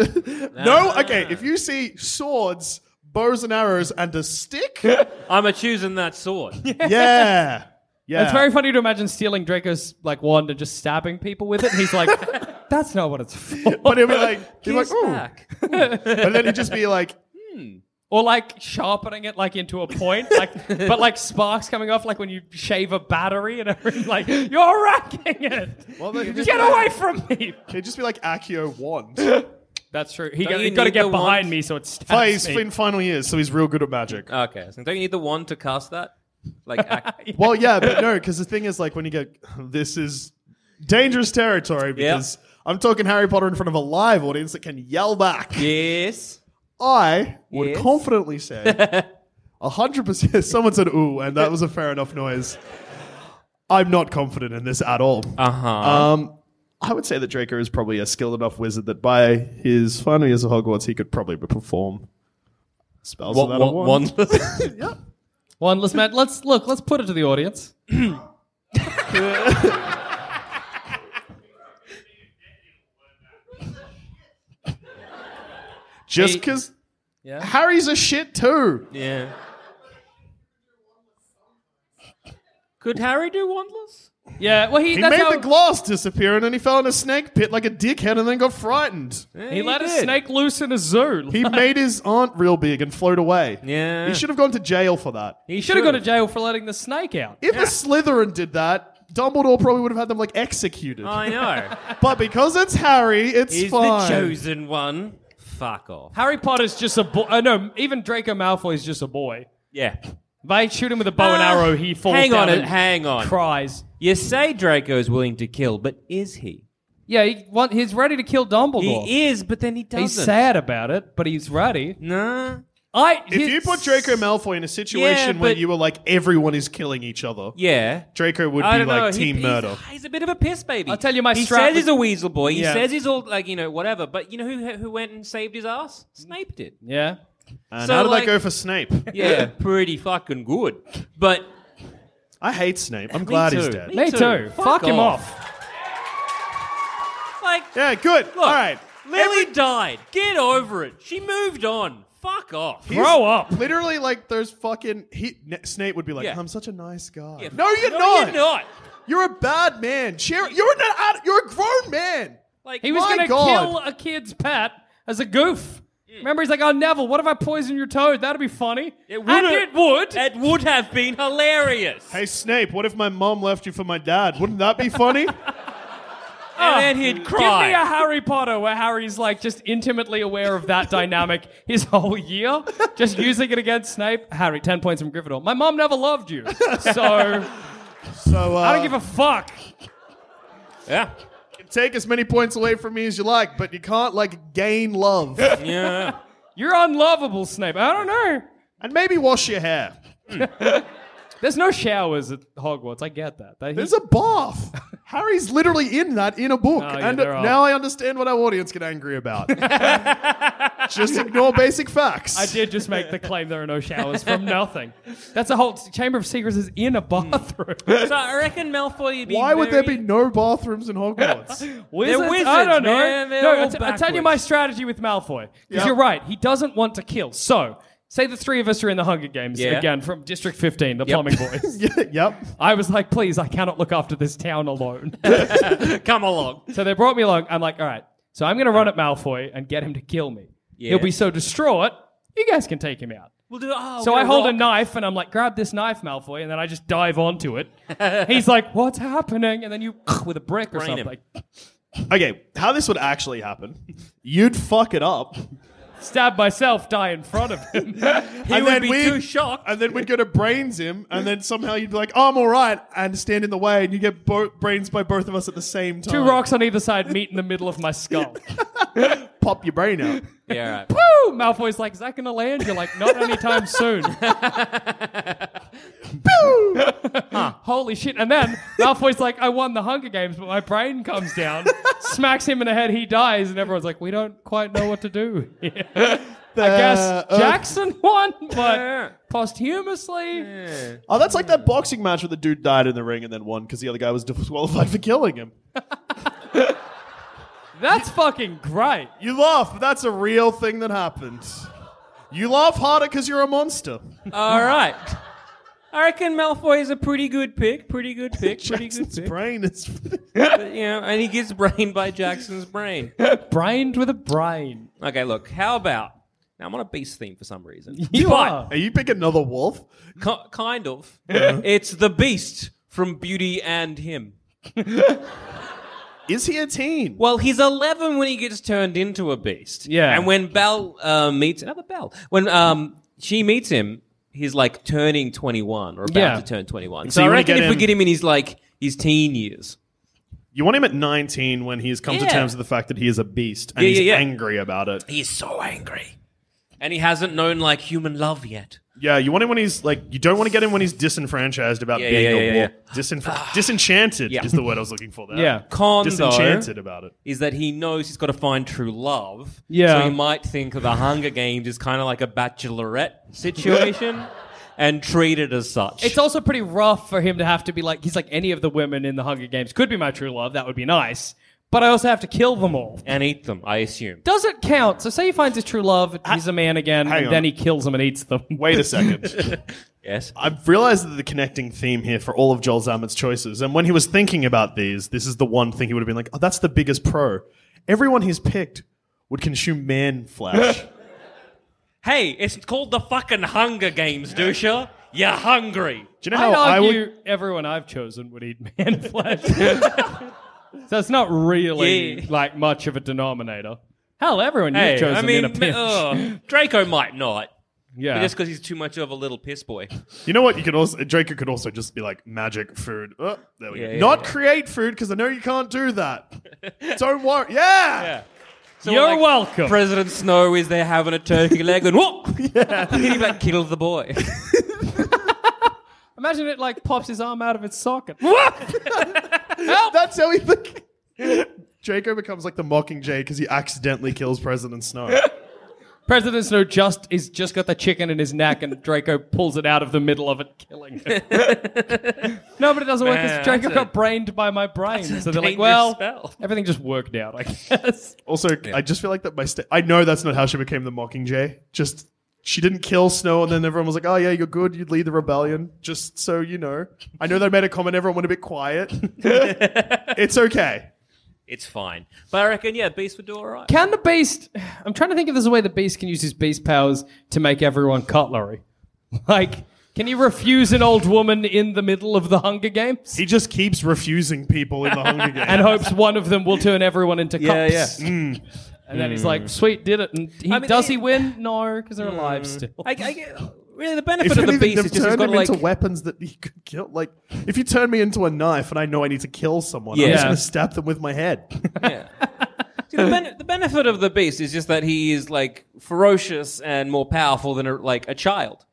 Speaker 4: Ah.
Speaker 2: No, okay, if you see swords, bows and arrows, and a stick,
Speaker 1: I'm a choosing that sword.
Speaker 2: yeah. Yeah.
Speaker 4: It's very funny to imagine stealing Draco's like wand and just stabbing people with it. And he's like, "That's not what it's for."
Speaker 2: But it'd be like, be like
Speaker 1: He's
Speaker 2: ooh.
Speaker 1: back.
Speaker 2: And then it'd just be like,
Speaker 4: or like sharpening it like into a point, like but like sparks coming off, like when you shave a battery and everything. Like you're racking it.
Speaker 2: well, then it'd just
Speaker 4: Get
Speaker 2: be like-
Speaker 4: away from me.
Speaker 2: It'd just be like Accio wand.
Speaker 4: That's true. He
Speaker 1: Don't
Speaker 4: got,
Speaker 1: you
Speaker 4: he got to
Speaker 1: need
Speaker 4: get
Speaker 1: the
Speaker 4: behind
Speaker 1: wand?
Speaker 4: me so it stabs
Speaker 2: But he's
Speaker 4: me.
Speaker 2: in final years, so he's real good at magic.
Speaker 1: Okay, so don't you need the wand to cast that? Like, ac-
Speaker 2: Well, yeah, but no, because the thing is, like, when you get this is dangerous territory because I'm talking Harry Potter in front of a live audience that can yell back.
Speaker 1: yes.
Speaker 2: I would
Speaker 1: Yes.
Speaker 2: confidently say, hundred percent. Someone said "ooh," and that was a fair enough noise. I'm not confident in this at all.
Speaker 1: Uh huh.
Speaker 2: Um, I would say that Draco is probably a skilled enough wizard that by his final years of Hogwarts, he could probably perform spells
Speaker 1: What,
Speaker 2: without a
Speaker 1: what,
Speaker 2: wand.
Speaker 1: wand?
Speaker 4: Wandless man, let's look. Let's put it to the audience.
Speaker 2: Just
Speaker 1: He-
Speaker 2: because
Speaker 1: Yeah.
Speaker 2: Harry's a shit too.
Speaker 1: yeah. Could Harry do wandless?
Speaker 4: Yeah. Well, he,
Speaker 2: He
Speaker 4: that's
Speaker 2: made
Speaker 4: how,
Speaker 2: the glass disappear and then he fell in a snake pit like a dickhead and then got frightened.
Speaker 1: Yeah,
Speaker 4: He, let a
Speaker 1: did.
Speaker 4: snake loose in a zoo.
Speaker 2: He made his aunt real big and float away.
Speaker 1: Yeah.
Speaker 2: He should have gone to jail for that.
Speaker 4: He should have gone to jail for letting the snake out.
Speaker 2: If a Slytherin did that, Dumbledore probably would have had them like executed.
Speaker 1: I know.
Speaker 2: But because it's Harry, it's
Speaker 1: Oh, He's the
Speaker 2: fine.
Speaker 1: chosen one. Fuck off.
Speaker 4: Harry Potter's just a boy. Uh, no, even Draco Malfoy's just a boy.
Speaker 1: Yeah.
Speaker 4: If I shoot him with a bow and
Speaker 1: Ah,
Speaker 4: arrow, he falls
Speaker 1: hang
Speaker 4: down
Speaker 1: on,
Speaker 4: and
Speaker 1: hang on.
Speaker 4: cries.
Speaker 1: You say Draco is willing to kill, but is he?
Speaker 4: Yeah, he want, he's ready to kill Dumbledore.
Speaker 1: He is, but then he doesn't.
Speaker 4: he's sad about it, but he's ready.
Speaker 1: Nah.
Speaker 4: I
Speaker 2: If you put Draco Malfoy in a situation where
Speaker 1: but-
Speaker 2: you were like everyone is killing each other,
Speaker 1: Yeah.
Speaker 2: Draco would
Speaker 1: I
Speaker 2: be
Speaker 1: don't know.
Speaker 2: like
Speaker 1: he-
Speaker 2: team
Speaker 1: he's,
Speaker 2: murder.
Speaker 1: He's a bit of a piss baby.
Speaker 4: I'll tell you my
Speaker 1: He
Speaker 4: strat
Speaker 1: says
Speaker 4: with-
Speaker 1: he's a weasel boy. He
Speaker 4: Yeah.
Speaker 1: says he's all like you know whatever. But you know who who went and saved his ass? Snape did.
Speaker 4: Yeah,
Speaker 2: And
Speaker 1: So,
Speaker 2: how did
Speaker 1: like-
Speaker 2: that go for Snape?
Speaker 1: Yeah, pretty fucking good. But
Speaker 2: I hate Snape. I'm glad he's
Speaker 1: too. Me
Speaker 2: dead.
Speaker 4: me
Speaker 1: too.
Speaker 4: too.
Speaker 1: Fuck
Speaker 4: Fuck, him
Speaker 1: off.
Speaker 4: off.
Speaker 1: like,
Speaker 2: Yeah, good.
Speaker 1: look,
Speaker 2: All right.
Speaker 1: Lily died. Get over it. She moved on. Fuck off.
Speaker 2: He's
Speaker 4: Grow up.
Speaker 2: Literally, like those fucking he, N- Snape would be like,
Speaker 1: Yeah.
Speaker 2: "I'm such a nice guy."
Speaker 1: Yeah,
Speaker 2: No, you're
Speaker 1: no,
Speaker 2: not.
Speaker 1: You're not.
Speaker 2: You're a bad man. Cheer. You're an. ad- You're a grown man.
Speaker 1: Like
Speaker 4: He was
Speaker 2: My
Speaker 4: going to
Speaker 2: God.
Speaker 4: kill a kid's pet as a goof. Remember, he's like, "Oh Neville, what if I poison your toad? That'd be funny."
Speaker 1: It
Speaker 4: and
Speaker 1: would've-
Speaker 4: it would.
Speaker 1: It would have been hilarious.
Speaker 2: Hey Snape, what if my mom left you for my dad? Wouldn't that be funny?
Speaker 1: and then he'd cry.
Speaker 4: Ah. Give me a Harry Potter where Harry's like just intimately aware of that dynamic his whole year, just using it against Snape. Harry, 10 points from Gryffindor. My mom never loved you, so
Speaker 2: so uh,
Speaker 4: I don't give a fuck.
Speaker 1: yeah.
Speaker 2: take as many points away from me as you like, but you can't like gain love.
Speaker 1: Yeah.
Speaker 4: You're unlovable, Snape. I don't know.
Speaker 2: and maybe wash your hair.
Speaker 4: There's no showers at Hogwarts. I get that. They-
Speaker 2: There's a bath. Harry's literally in that in a book,
Speaker 4: Oh, yeah,
Speaker 2: and
Speaker 4: there
Speaker 2: uh,
Speaker 4: are.
Speaker 2: now I understand what our audience get angry about. Just ignore basic facts.
Speaker 4: I did just make the claim there are no showers from nothing. That's a whole Chamber of Secrets is in a
Speaker 1: Hmm.
Speaker 4: bathroom.
Speaker 1: So I reckon Malfoy would be.
Speaker 2: Why would there
Speaker 1: very-
Speaker 2: be no bathrooms in Hogwarts?
Speaker 4: Wizards?
Speaker 1: They're
Speaker 4: I
Speaker 1: wizards,
Speaker 4: don't know.
Speaker 1: man. They're
Speaker 4: No,
Speaker 1: all
Speaker 4: I t- I tell you my
Speaker 1: backwards.
Speaker 4: strategy with Malfoy. Because
Speaker 2: Yeah.
Speaker 4: you're right. He doesn't want to kill. So, say the three of us are in the Hunger Games
Speaker 1: Yeah.
Speaker 4: again from District 15, the
Speaker 1: Yep.
Speaker 4: plumbing boys.
Speaker 2: Yeah, yep.
Speaker 4: I was like, please, I cannot look after this town alone.
Speaker 1: Come along.
Speaker 4: so they brought me along. I'm like, all right. So I'm going to run at Malfoy and get him to kill me.
Speaker 1: Yeah.
Speaker 4: He'll be so distraught. You guys can take him out.
Speaker 1: We'll do. Oh,
Speaker 4: So
Speaker 1: we're
Speaker 4: I
Speaker 1: gonna
Speaker 4: hold a
Speaker 1: rock.
Speaker 4: knife and I'm like, grab this knife, Malfoy, and then I just dive onto it. He's like, what's happening? And then you with a brick or
Speaker 1: Brain him.
Speaker 4: something.
Speaker 2: Okay, how this would actually happen? You'd fuck it up,
Speaker 4: Stab myself, die in front of him.
Speaker 1: He
Speaker 2: and
Speaker 1: would
Speaker 2: then
Speaker 1: be
Speaker 2: we-
Speaker 1: too shocked.
Speaker 2: and then we'd go to brains him, and then somehow you'd be like, "Oh, I'm all right," and stand in the way, and you get bo- brains by both of us at the same time.
Speaker 4: Two rocks on either side meet in the middle of my skull.
Speaker 2: pop your brain out.
Speaker 1: Yeah. Right.
Speaker 4: go. Malfoy's like, Zach gonna land? You're like, not anytime soon. Pew! Holy shit. And then Malfoy's like, I won the Hunger Games, but my brain comes down, smacks him in the head, he dies, and everyone's like, we don't quite know what to do. here." I
Speaker 2: Uh,
Speaker 4: guess Jackson won, but posthumously.
Speaker 2: Oh, that's like that boxing match where the dude died in the ring and then won because the other guy was disqualified for killing him.
Speaker 4: That's fucking great.
Speaker 2: You laugh, but that's a real thing that happened. You laugh harder because you're a monster.
Speaker 1: All right. I reckon Malfoy is a pretty good pick. Pretty good pick. Pretty good
Speaker 2: Jackson's
Speaker 1: pick.
Speaker 2: brain is.
Speaker 1: But, you know, and he gets brained by Jackson's brain.
Speaker 4: Brained with a brain.
Speaker 1: Okay, look. How about now? I'm on a beast theme for some reason.
Speaker 4: You
Speaker 1: But-
Speaker 4: are.
Speaker 2: Are you pick another wolf?
Speaker 1: Ki- kind of. It's the beast from Beauty and Him.
Speaker 2: Is he a teen?
Speaker 1: Well, he's 11 when he gets turned into a beast.
Speaker 4: Yeah.
Speaker 1: And when Belle uh, meets another Belle, when um she meets him, he's like turning 21 or about
Speaker 4: Yeah.
Speaker 1: to turn 21.
Speaker 2: So
Speaker 1: So,
Speaker 2: you
Speaker 1: I
Speaker 2: wanna
Speaker 1: reckon
Speaker 2: get
Speaker 1: if we
Speaker 2: him-
Speaker 1: get him in his like his teen years.
Speaker 2: You want him at 19 when he's come
Speaker 1: Yeah.
Speaker 2: to terms with the fact that he is a beast and
Speaker 1: Yeah,
Speaker 2: he's
Speaker 1: yeah, yeah.
Speaker 2: angry about it.
Speaker 1: He's so angry. And he hasn't known like human love yet.
Speaker 2: Yeah, you want him when he's like, you don't want to get him when he's disenfranchised about
Speaker 1: Yeah,
Speaker 2: being
Speaker 1: yeah,
Speaker 2: a
Speaker 1: yeah, yeah,
Speaker 2: wolf. Disenfra- disenchanted
Speaker 1: Yeah.
Speaker 2: is the word I was looking for there.
Speaker 4: Yeah.
Speaker 1: Con
Speaker 2: Disenchanted
Speaker 1: though,
Speaker 2: about it.
Speaker 1: is that he knows he's got to find true love.
Speaker 4: Yeah.
Speaker 1: So he might think that the Hunger Games is kind of like a bachelorette situation and treat it as such.
Speaker 4: It's also pretty rough for him to have to be like, he's like, any of the women in the Hunger Games could be my true love. That would be nice. But I also have to kill them all.
Speaker 1: and eat them, I assume.
Speaker 4: Does it count? So say he finds his true love, he's a man again,
Speaker 2: hang
Speaker 4: and
Speaker 2: on.
Speaker 4: then he kills them and eats them.
Speaker 2: Wait a second.
Speaker 1: Yes.
Speaker 2: I've realized that the connecting theme here for all of Joel Zammett's choices, and when he was thinking about these, this is the one thing he would have been like, oh, that's the biggest pro. Everyone he's picked would consume man flesh.
Speaker 1: Hey, it's called the fucking Hunger Games, Dusha. You're hungry.
Speaker 2: Do you know how
Speaker 4: I'd
Speaker 2: I
Speaker 4: argue
Speaker 2: would?
Speaker 4: everyone I've chosen would eat man flesh. so it's not really
Speaker 1: Yeah.
Speaker 4: like much of a denominator. Hell, everyone
Speaker 1: Hey,
Speaker 4: you've chosen
Speaker 1: I mean,
Speaker 4: in a pinch.
Speaker 1: ugh, Draco might not.
Speaker 4: yeah.
Speaker 1: But just because he's too much of a little piss boy.
Speaker 2: You know what? You could also Draco could also just be like magic food. Oh, there we
Speaker 1: Yeah,
Speaker 2: go.
Speaker 1: yeah,
Speaker 2: Not
Speaker 1: yeah.
Speaker 2: create food because I know you can't do that. Don't worry. Yeah.
Speaker 1: So
Speaker 4: You're
Speaker 1: like,
Speaker 4: welcome.
Speaker 1: President Snow is there having a turkey leg and whoop! he like killed the boy.
Speaker 4: Imagine it like pops his arm out of its socket.
Speaker 2: That's how he. Bec- Draco becomes like the Mockingjay because he accidentally kills President Snow.
Speaker 4: President Snow just is just got the chicken in his neck, and Draco pulls it out of the middle of it, killing him. no, but it doesn't work.
Speaker 1: Man,
Speaker 4: Because Draco
Speaker 1: that's a-
Speaker 4: got brained by my brain,
Speaker 1: that's a
Speaker 4: so they're like,
Speaker 1: dangerous
Speaker 4: "Well,
Speaker 1: spell.
Speaker 4: everything just worked out, I guess."
Speaker 2: Also, I just feel like that my sta- I know that's not how she became the Mockingjay. Just she didn't kill Snow, and then everyone was like, "Oh yeah, you're good. You'd lead the rebellion." Just so you know, I know they made a comment. Everyone went a bit quiet. it's okay.
Speaker 1: It's fine. But I reckon, yeah, Beast would do all right.
Speaker 4: Can the beast? I'm trying to think if there's a way the beast can use his beast powers to make everyone cutlery. Like, can he refuse an old woman in the middle of the Hunger Games
Speaker 2: He just keeps refusing people in the Hunger Games.
Speaker 4: and hopes one of them will turn everyone into
Speaker 1: Yeah,
Speaker 4: cups? And then he's like, "Sweet, did it." And he,
Speaker 1: I mean,
Speaker 4: does
Speaker 1: it-
Speaker 4: Mm. he Mm. win? No, because they're alive still.
Speaker 1: I, I get, really, the benefit
Speaker 2: if
Speaker 1: of the
Speaker 2: anything,
Speaker 1: beast
Speaker 2: they've
Speaker 1: is just he's
Speaker 2: turned
Speaker 1: got
Speaker 2: him
Speaker 1: like
Speaker 2: into weapons that he could kill. Like, if you turn me into a knife and I know I need to kill someone, I'm
Speaker 1: Yeah.
Speaker 2: just going to stab them with my head.
Speaker 1: See, the, ben- the benefit of the beast is just that he is like ferocious and more powerful than a, like a child.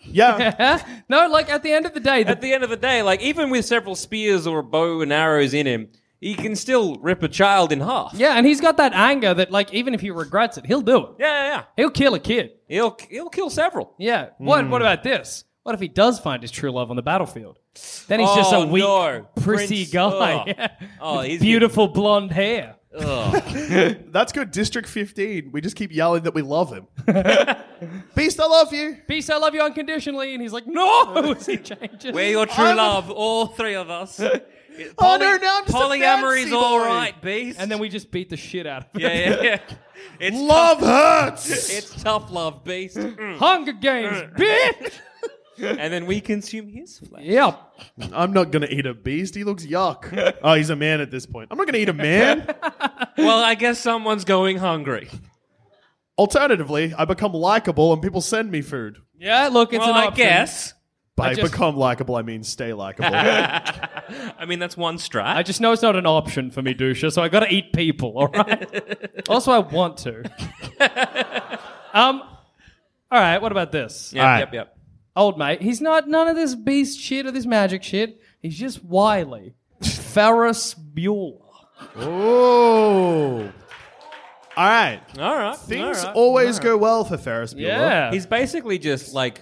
Speaker 2: yeah.
Speaker 4: Huh? No, like at the end of the day, the,
Speaker 1: At the end of the day, like even with several spears or a bow and arrows in him, he can still rip a child in half.
Speaker 4: yeah, and he's got that anger that, like, even if he regrets it, he'll do it.
Speaker 1: yeah, yeah. yeah.
Speaker 4: He'll kill a kid.
Speaker 1: He'll he'll kill several.
Speaker 4: Yeah. What?
Speaker 1: Hmm.
Speaker 4: What about this? What if he does find his true love on the battlefield? Then he's just a
Speaker 1: Oh,
Speaker 4: weak,
Speaker 1: no.
Speaker 4: prissy
Speaker 1: Prince-
Speaker 4: guy.
Speaker 1: oh.
Speaker 4: Yeah.
Speaker 1: Oh, he's
Speaker 4: Beautiful blonde hair.
Speaker 2: That's good. District 15. We just keep yelling that we love him. Beast, I love you.
Speaker 4: Beast, I love you unconditionally, and he's like, no. As he changes.
Speaker 1: We're your true
Speaker 2: I'm-
Speaker 1: love, all three of us.
Speaker 2: Oh, no, no, I'm just a
Speaker 1: polyamory's
Speaker 2: fancy
Speaker 1: all
Speaker 2: boy.
Speaker 1: right, beast.
Speaker 4: and then we just beat the shit out of him.
Speaker 1: yeah, yeah, yeah. It's
Speaker 2: Love
Speaker 1: Tough,
Speaker 2: hurts.
Speaker 1: it's tough love, beast. Mm.
Speaker 4: Hunger Games, bitch.
Speaker 1: and then we consume his flesh.
Speaker 4: yeah.
Speaker 2: I'm not going to eat a beast. He looks yuck. oh, he's a man at this point. I'm not going to eat a man.
Speaker 1: Well, I guess someone's going hungry.
Speaker 2: Alternatively, I become likable and people send me food.
Speaker 4: Yeah. Look, it's
Speaker 1: well,
Speaker 4: an
Speaker 1: I
Speaker 4: option.
Speaker 1: guess.
Speaker 2: By
Speaker 4: just-
Speaker 2: become likable, I mean stay likable.
Speaker 1: I mean, that's one strat.
Speaker 4: I just know it's not an option for me, Dusha, so I gotta eat people, alright? also, I want to. Um, all right. What about this?
Speaker 3: Yep,
Speaker 2: Alright.
Speaker 3: yep, yep.
Speaker 4: Old mate. He's not none of this beast shit or this magic shit. He's just wily. Ferris Bueller.
Speaker 2: Oh. All right.
Speaker 1: All right.
Speaker 2: Things
Speaker 1: all right.
Speaker 2: always go well for Ferris Bueller.
Speaker 4: Yeah.
Speaker 1: He's Hmm. basically just like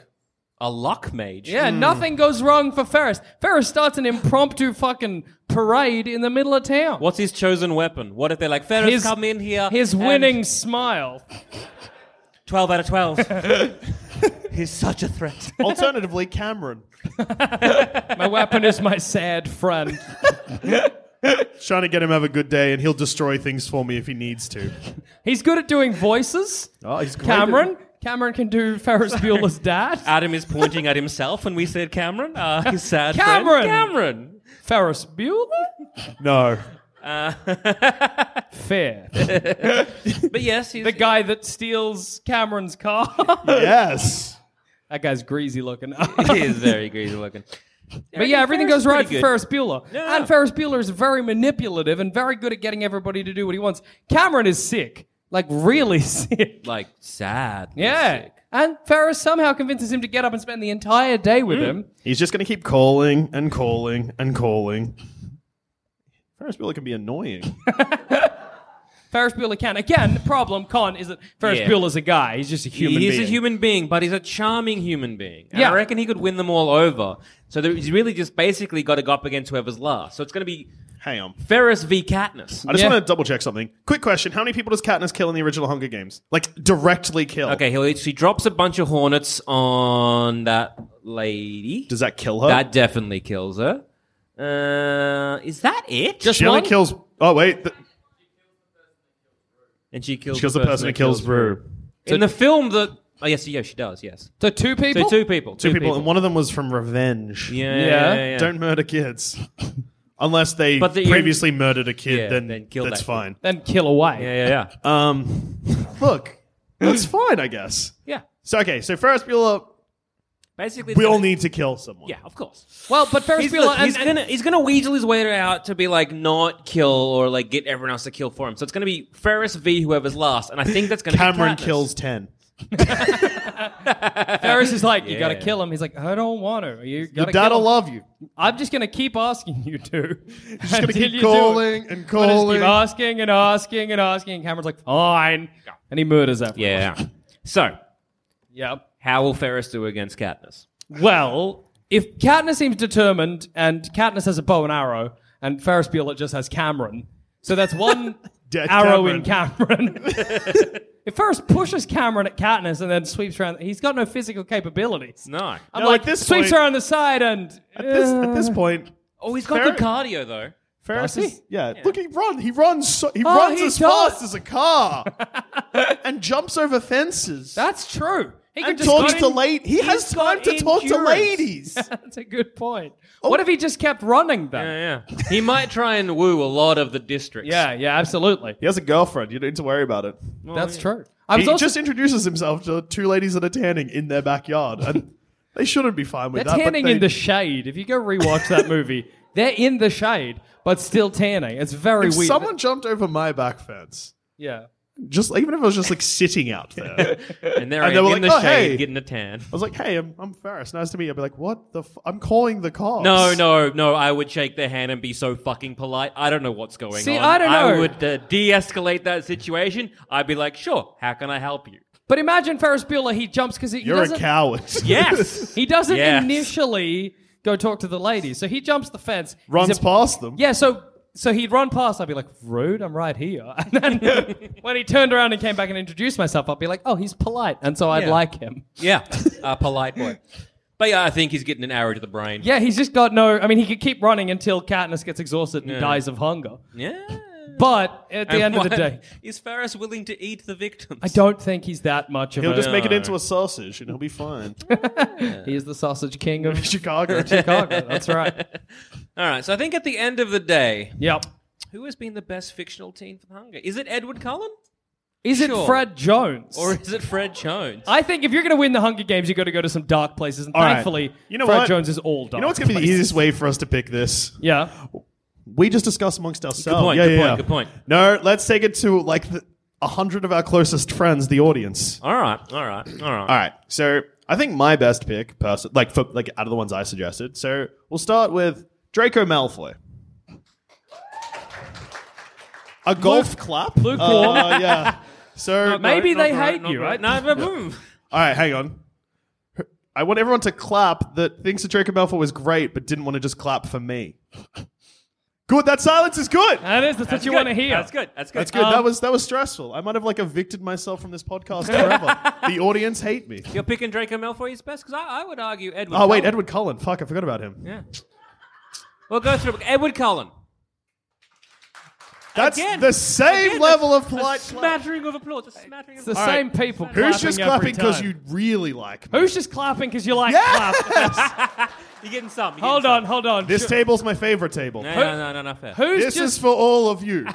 Speaker 1: a luck mage.
Speaker 4: yeah, nothing goes wrong for Ferris. Ferris starts an impromptu fucking parade in the middle of town.
Speaker 1: What's his chosen weapon? What if they're like, Ferris, come in here.
Speaker 4: His
Speaker 1: and
Speaker 4: winning smile.
Speaker 1: 12 out of 12. He's such a threat.
Speaker 2: Alternatively, Cameron.
Speaker 4: My weapon is my sad friend.
Speaker 2: Trying to get him have a good day, and he'll destroy things for me if he needs to.
Speaker 4: He's good at doing voices.
Speaker 2: Oh, he's great at-
Speaker 4: Cameron. Cameron can do Ferris Bueller's dad.
Speaker 1: Adam is pointing at himself when we said Cameron. Uh, his sad
Speaker 4: Cameron!
Speaker 1: friend. Cameron!
Speaker 4: Ferris Bueller?
Speaker 2: No.
Speaker 4: Fair.
Speaker 1: But yes, he's
Speaker 4: The guy that steals Cameron's car.
Speaker 2: Yes.
Speaker 4: that guy's greasy looking.
Speaker 1: he is very greasy looking.
Speaker 4: But yeah, everything goes right for
Speaker 1: good.
Speaker 4: Ferris Bueller. And Ferris Bueller is very manipulative and very good at getting everybody to do what he wants. Cameron is sick. Like, really sick.
Speaker 1: Like, sad.
Speaker 4: Yeah. And Ferris somehow convinces him to get up and spend the entire day with
Speaker 1: Mm.
Speaker 4: him.
Speaker 2: He's just going to keep calling and calling and calling. Ferris Bueller can be annoying.
Speaker 4: Ferris Bueller can. Again, the problem, con, is that Ferris
Speaker 1: Yeah.
Speaker 4: Bueller's a guy. He's just a human
Speaker 1: He is
Speaker 4: being.
Speaker 1: a human being, but he's a charming human being. And
Speaker 4: Yeah.
Speaker 1: I reckon he could win them all over. So there, he's really just basically got to go up against whoever's last. So it's going to be
Speaker 2: Hang on.
Speaker 1: Ferris v. Katniss.
Speaker 2: I just
Speaker 4: Yeah.
Speaker 2: want to double check something. Quick question: How many people does Katniss kill in the original Hunger Games? Like directly kill?
Speaker 1: Okay, he'll, she drops a bunch of hornets on that lady.
Speaker 2: Does that kill her?
Speaker 1: That definitely kills her. Uh, is that it?
Speaker 4: Just
Speaker 2: she only
Speaker 4: one?
Speaker 2: kills. Oh wait, th-
Speaker 1: and she kills,
Speaker 2: she kills the person who kills Rue.
Speaker 1: In the film, the oh yes, yeah, she does. Yes,
Speaker 4: So two people?
Speaker 1: so two people,
Speaker 2: Two people, and one of them was from revenge.
Speaker 1: Yeah,
Speaker 4: Yeah.
Speaker 1: yeah, yeah, yeah.
Speaker 2: Don't murder kids. Unless they
Speaker 1: But the-
Speaker 2: previously murdered a kid,
Speaker 1: Yeah,
Speaker 2: then,
Speaker 1: then kill
Speaker 2: that's
Speaker 1: that kid.
Speaker 2: fine.
Speaker 4: Then kill away.
Speaker 1: Yeah, yeah, yeah.
Speaker 2: Um, look, that's fine, I guess.
Speaker 1: yeah.
Speaker 2: So okay, so Ferris Bueller,
Speaker 1: Basically, it's
Speaker 2: we all
Speaker 1: gonna-
Speaker 2: need to kill someone.
Speaker 1: Yeah, of course.
Speaker 4: Well, but Ferris
Speaker 1: He's,
Speaker 4: Bueller
Speaker 1: look,
Speaker 4: and,
Speaker 1: he's
Speaker 4: and-
Speaker 1: gonna he's gonna weasel his way out to be like not kill or like get everyone else to kill for him. So it's gonna be Ferris v whoever's last, and I think that's gonna
Speaker 2: Cameron
Speaker 1: be Katniss.
Speaker 2: kills ten.
Speaker 4: Ferris is like, you gotta kill him. He's like, I don't want to. You
Speaker 2: Your
Speaker 4: gotta kill
Speaker 2: dad'll
Speaker 4: him.
Speaker 2: love you.
Speaker 4: I'm just gonna keep asking you to. Just
Speaker 2: gonna keep calling and
Speaker 4: Just
Speaker 2: calling.
Speaker 4: keep asking and asking and asking. And Cameron's like, fine, and he murders everyone.
Speaker 1: Yeah. so
Speaker 4: Yep.
Speaker 1: how will Ferris do against Katniss?
Speaker 4: Well, if Katniss seems determined, and Katniss has a bow and arrow, and Ferris Bueller just has Cameron, so that's one
Speaker 2: Dead
Speaker 4: arrow in Cameron. if Ferris pushes Cameron at Katniss and then sweeps around, he's got no physical capabilities.
Speaker 1: No.
Speaker 4: I'm
Speaker 2: No,
Speaker 4: like,
Speaker 2: at this
Speaker 4: sweeps
Speaker 2: point-
Speaker 4: her on the side and. uh,
Speaker 2: At this, at this point,
Speaker 1: Oh, he's got
Speaker 2: Ferris-
Speaker 1: good cardio though.
Speaker 2: Ferris
Speaker 4: Does he?
Speaker 2: is yeah, Look, he runs. He runs. So, he
Speaker 4: Oh,
Speaker 2: runs
Speaker 4: he
Speaker 2: as
Speaker 4: does.
Speaker 2: fast as a car, and jumps over fences.
Speaker 4: That's true. He
Speaker 2: and
Speaker 4: just
Speaker 2: talks
Speaker 4: go
Speaker 2: to
Speaker 4: in-
Speaker 2: ladies. He has
Speaker 1: he's got
Speaker 2: time to talk to
Speaker 1: endurance.
Speaker 2: ladies. Oh.
Speaker 4: That's a good point. What if he just kept running though?
Speaker 1: Yeah, yeah. he might try and woo a lot of the districts.
Speaker 4: Yeah, yeah, absolutely.
Speaker 2: He has a girlfriend. You don't need to worry about it.
Speaker 1: Oh,
Speaker 4: That's true. I was
Speaker 2: He
Speaker 4: also
Speaker 2: just introduces himself to two ladies that are tanning in their backyard, and they shouldn't be fine with
Speaker 4: they're
Speaker 2: that. but
Speaker 4: tanning
Speaker 2: they-
Speaker 4: in the shade. If you go rewatch that movie, they're in the shade but still tanning. It's very
Speaker 2: if
Speaker 4: weird.
Speaker 2: someone jumped over my back fence,
Speaker 4: yeah.
Speaker 2: just even if I was just like sitting out there, I
Speaker 1: and they're
Speaker 2: And they
Speaker 1: in
Speaker 2: were
Speaker 1: the
Speaker 2: like, "Oh,
Speaker 1: shade
Speaker 2: hey."
Speaker 1: getting a tan.
Speaker 2: was like, "Hey, I'm, I'm Ferris. Nice to meet you." I'd be like, "What the? F- I'm calling the cops."
Speaker 1: No, no, no. I would shake their hand and be so fucking polite. I don't know what's going
Speaker 4: See,
Speaker 1: on.
Speaker 4: I don't know.
Speaker 1: I would uh, de-escalate that situation. I'd be like, "Sure, how can I help you?"
Speaker 4: But imagine Ferris Bueller. He jumps because he, he
Speaker 2: you're a
Speaker 4: doesn't.
Speaker 2: coward.
Speaker 1: Yes.
Speaker 4: He doesn't
Speaker 1: Yes.
Speaker 4: initially go talk to the ladies, so he jumps the fence. He's
Speaker 2: Runs
Speaker 4: a-
Speaker 2: past them.
Speaker 4: Yeah, so so he'd run past. I'd be like, rude. I'm right here. And then when he turned around and came back and introduced myself, I'd be like, oh, he's polite, and so I'd
Speaker 1: Yeah.
Speaker 4: like him.
Speaker 1: yeah, a polite boy. But yeah, I think he's getting an arrow to the brain.
Speaker 4: Yeah, he's just got no. I mean, he could keep running until Katniss gets exhausted and dies of hunger.
Speaker 1: yeah.
Speaker 4: But at the
Speaker 1: And
Speaker 4: end of the
Speaker 1: why-
Speaker 4: day,
Speaker 1: is Ferris willing to eat the victims?
Speaker 4: I don't think he's that much of
Speaker 2: He'll
Speaker 4: a.
Speaker 2: just make it into a sausage, and he'll be fine.
Speaker 4: he is the sausage king of
Speaker 2: Chicago.
Speaker 4: Chicago. That's right.
Speaker 1: All right. So I think at the end of the day,
Speaker 4: Yep.
Speaker 1: who has been the best fictional teen for Hunger? Is it Edward Cullen
Speaker 4: Is it
Speaker 1: Sure.
Speaker 4: Fred Jones?
Speaker 1: or is it Fred Jones?
Speaker 4: I think if you're going to win the Hunger Games, you've got to go to some dark places. And
Speaker 2: All right.
Speaker 4: thankfully,
Speaker 2: You know
Speaker 4: Fred
Speaker 2: what?
Speaker 4: Jones is all dark.
Speaker 2: You know what's going to be the easiest way for us to pick this?
Speaker 4: yeah.
Speaker 2: We just discuss amongst ourselves.
Speaker 1: point,
Speaker 2: yeah,
Speaker 1: good
Speaker 2: yeah,
Speaker 1: point,
Speaker 2: yeah.
Speaker 1: good point.
Speaker 2: No, let's take it to like the, a hundred of our closest friends, the audience.
Speaker 1: All right, all right, all right.
Speaker 2: All right, so I think my best pick, person, like for like out of the ones I suggested. So we'll start with Draco Malfoy. A golf clap.
Speaker 4: Lukewarm.
Speaker 2: Uh, yeah. So
Speaker 4: Maybe
Speaker 7: Not
Speaker 4: they
Speaker 7: great,
Speaker 4: hate
Speaker 7: not
Speaker 4: you,
Speaker 7: great.
Speaker 4: right?
Speaker 1: No, but boom.
Speaker 2: All right, hang on. I want everyone to clap that thinks that Draco Malfoy was great, but didn't want to just clap for me. Good. That silence is good.
Speaker 4: That is that's, what you want to hear.
Speaker 1: That's good. That's good. Um,
Speaker 2: That's good. that was that was stressful. I might have like evicted myself from this podcast forever. the audience hate me.
Speaker 1: You're picking Draco Malfoy is best because I, I would argue Edward.
Speaker 2: Oh wait,
Speaker 1: Cullen.
Speaker 2: Edward Cullen. Fuck, I forgot about him.
Speaker 1: We'll go through Edward Cullen.
Speaker 2: That's
Speaker 1: Again.
Speaker 2: the same
Speaker 1: Again,
Speaker 2: level of
Speaker 1: a
Speaker 2: polite. clap.
Speaker 1: smattering of applause. A smattering
Speaker 4: It's
Speaker 1: of
Speaker 4: the
Speaker 2: All right.
Speaker 4: same people.
Speaker 2: Who's just clapping because
Speaker 4: because
Speaker 2: you really like me?
Speaker 4: Who's just clapping because you like
Speaker 2: Yeah!
Speaker 4: clap?
Speaker 1: You're getting some. You're
Speaker 4: hold
Speaker 1: getting
Speaker 4: on, hold on.
Speaker 2: this
Speaker 4: Sure.
Speaker 2: table's my favorite table.
Speaker 1: Some. No, no, no, no, not fair.
Speaker 4: Who's
Speaker 2: This
Speaker 4: just
Speaker 2: is for all of you.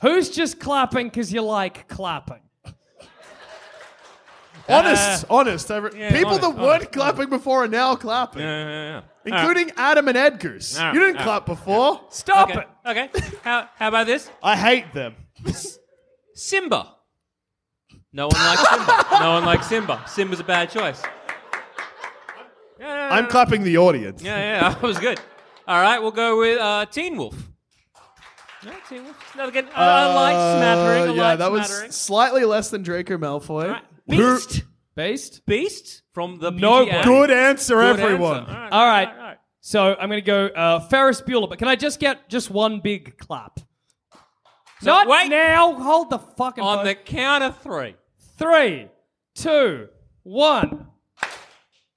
Speaker 4: who's just clapping because you like clapping?
Speaker 2: honest, honest. I re- People
Speaker 1: Uh, honest,
Speaker 2: that weren't clapping before are now clapping,
Speaker 1: Yeah, Uh. yeah, yeah.
Speaker 2: including Adam and Edgar's.
Speaker 1: All right,
Speaker 2: You didn't
Speaker 1: all
Speaker 2: clap before.
Speaker 4: Stop
Speaker 1: Okay.
Speaker 4: it.
Speaker 1: okay. How, how about this?
Speaker 2: I hate them.
Speaker 1: Simba. No one likes Simba. No one likes Simba. Simba's a bad choice. Yeah, yeah,
Speaker 2: I'm clapping the audience.
Speaker 1: yeah, yeah, that was good. All right, we'll go with uh, Teen Wolf. No, Teen Wolf. It's Not again. I, Uh, I like smattering.
Speaker 2: Uh,
Speaker 1: I
Speaker 2: yeah,
Speaker 1: like
Speaker 2: that was
Speaker 1: smattering.
Speaker 2: slightly less than Draco Malfoy.
Speaker 1: All right.
Speaker 2: Who-
Speaker 1: Beast.
Speaker 4: Based.
Speaker 1: Beast from the
Speaker 4: No,
Speaker 1: Beauty and-
Speaker 2: Good answer,
Speaker 1: Good
Speaker 2: everyone.
Speaker 1: answer.
Speaker 4: All right. So I'm going to go uh, Ferris Bueller, but can I just get just one big clap? Not
Speaker 1: wait.
Speaker 4: now. Hold the fucking
Speaker 1: On the
Speaker 4: phone.
Speaker 1: count of three.
Speaker 4: three, two, one.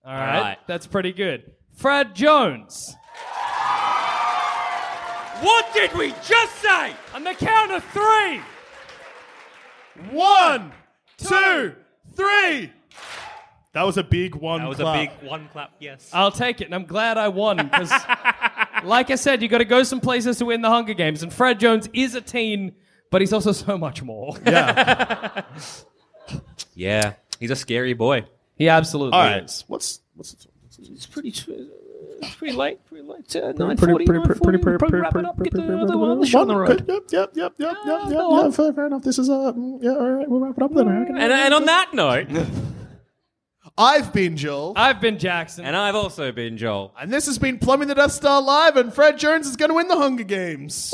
Speaker 4: All right.
Speaker 1: right.
Speaker 4: that's pretty good. Fred Jones.
Speaker 1: What did we just say?
Speaker 4: On the count of three.
Speaker 2: One, two, three. That was a big one.
Speaker 1: That was
Speaker 2: clap.
Speaker 1: a big one clap. Yes.
Speaker 4: I'll take it, and I'm glad I won because, like I said, you got to go some places to win the Hunger Games, and Fred Jones is a teen, but he's also so much more.
Speaker 2: Yeah.
Speaker 1: yeah, he's a scary boy.
Speaker 4: he absolutely
Speaker 2: All right.
Speaker 4: is.
Speaker 2: What's what's the
Speaker 7: It's pretty. It's pretty late. Pretty late. Uh, pretty,
Speaker 2: Good, Yep, yep, yep, yep, yep, yep. Yeah, fair, fair enough. This is uh, mm, yeah. All right, we'll wrap it up then. Okay.
Speaker 1: And, and on that note,
Speaker 2: I've been Joel,
Speaker 4: I've been Jackson.
Speaker 1: and I've also been Joel.
Speaker 2: and this has been Plumbing the Death Star live. And Fred Jones is going to win the Hunger Games.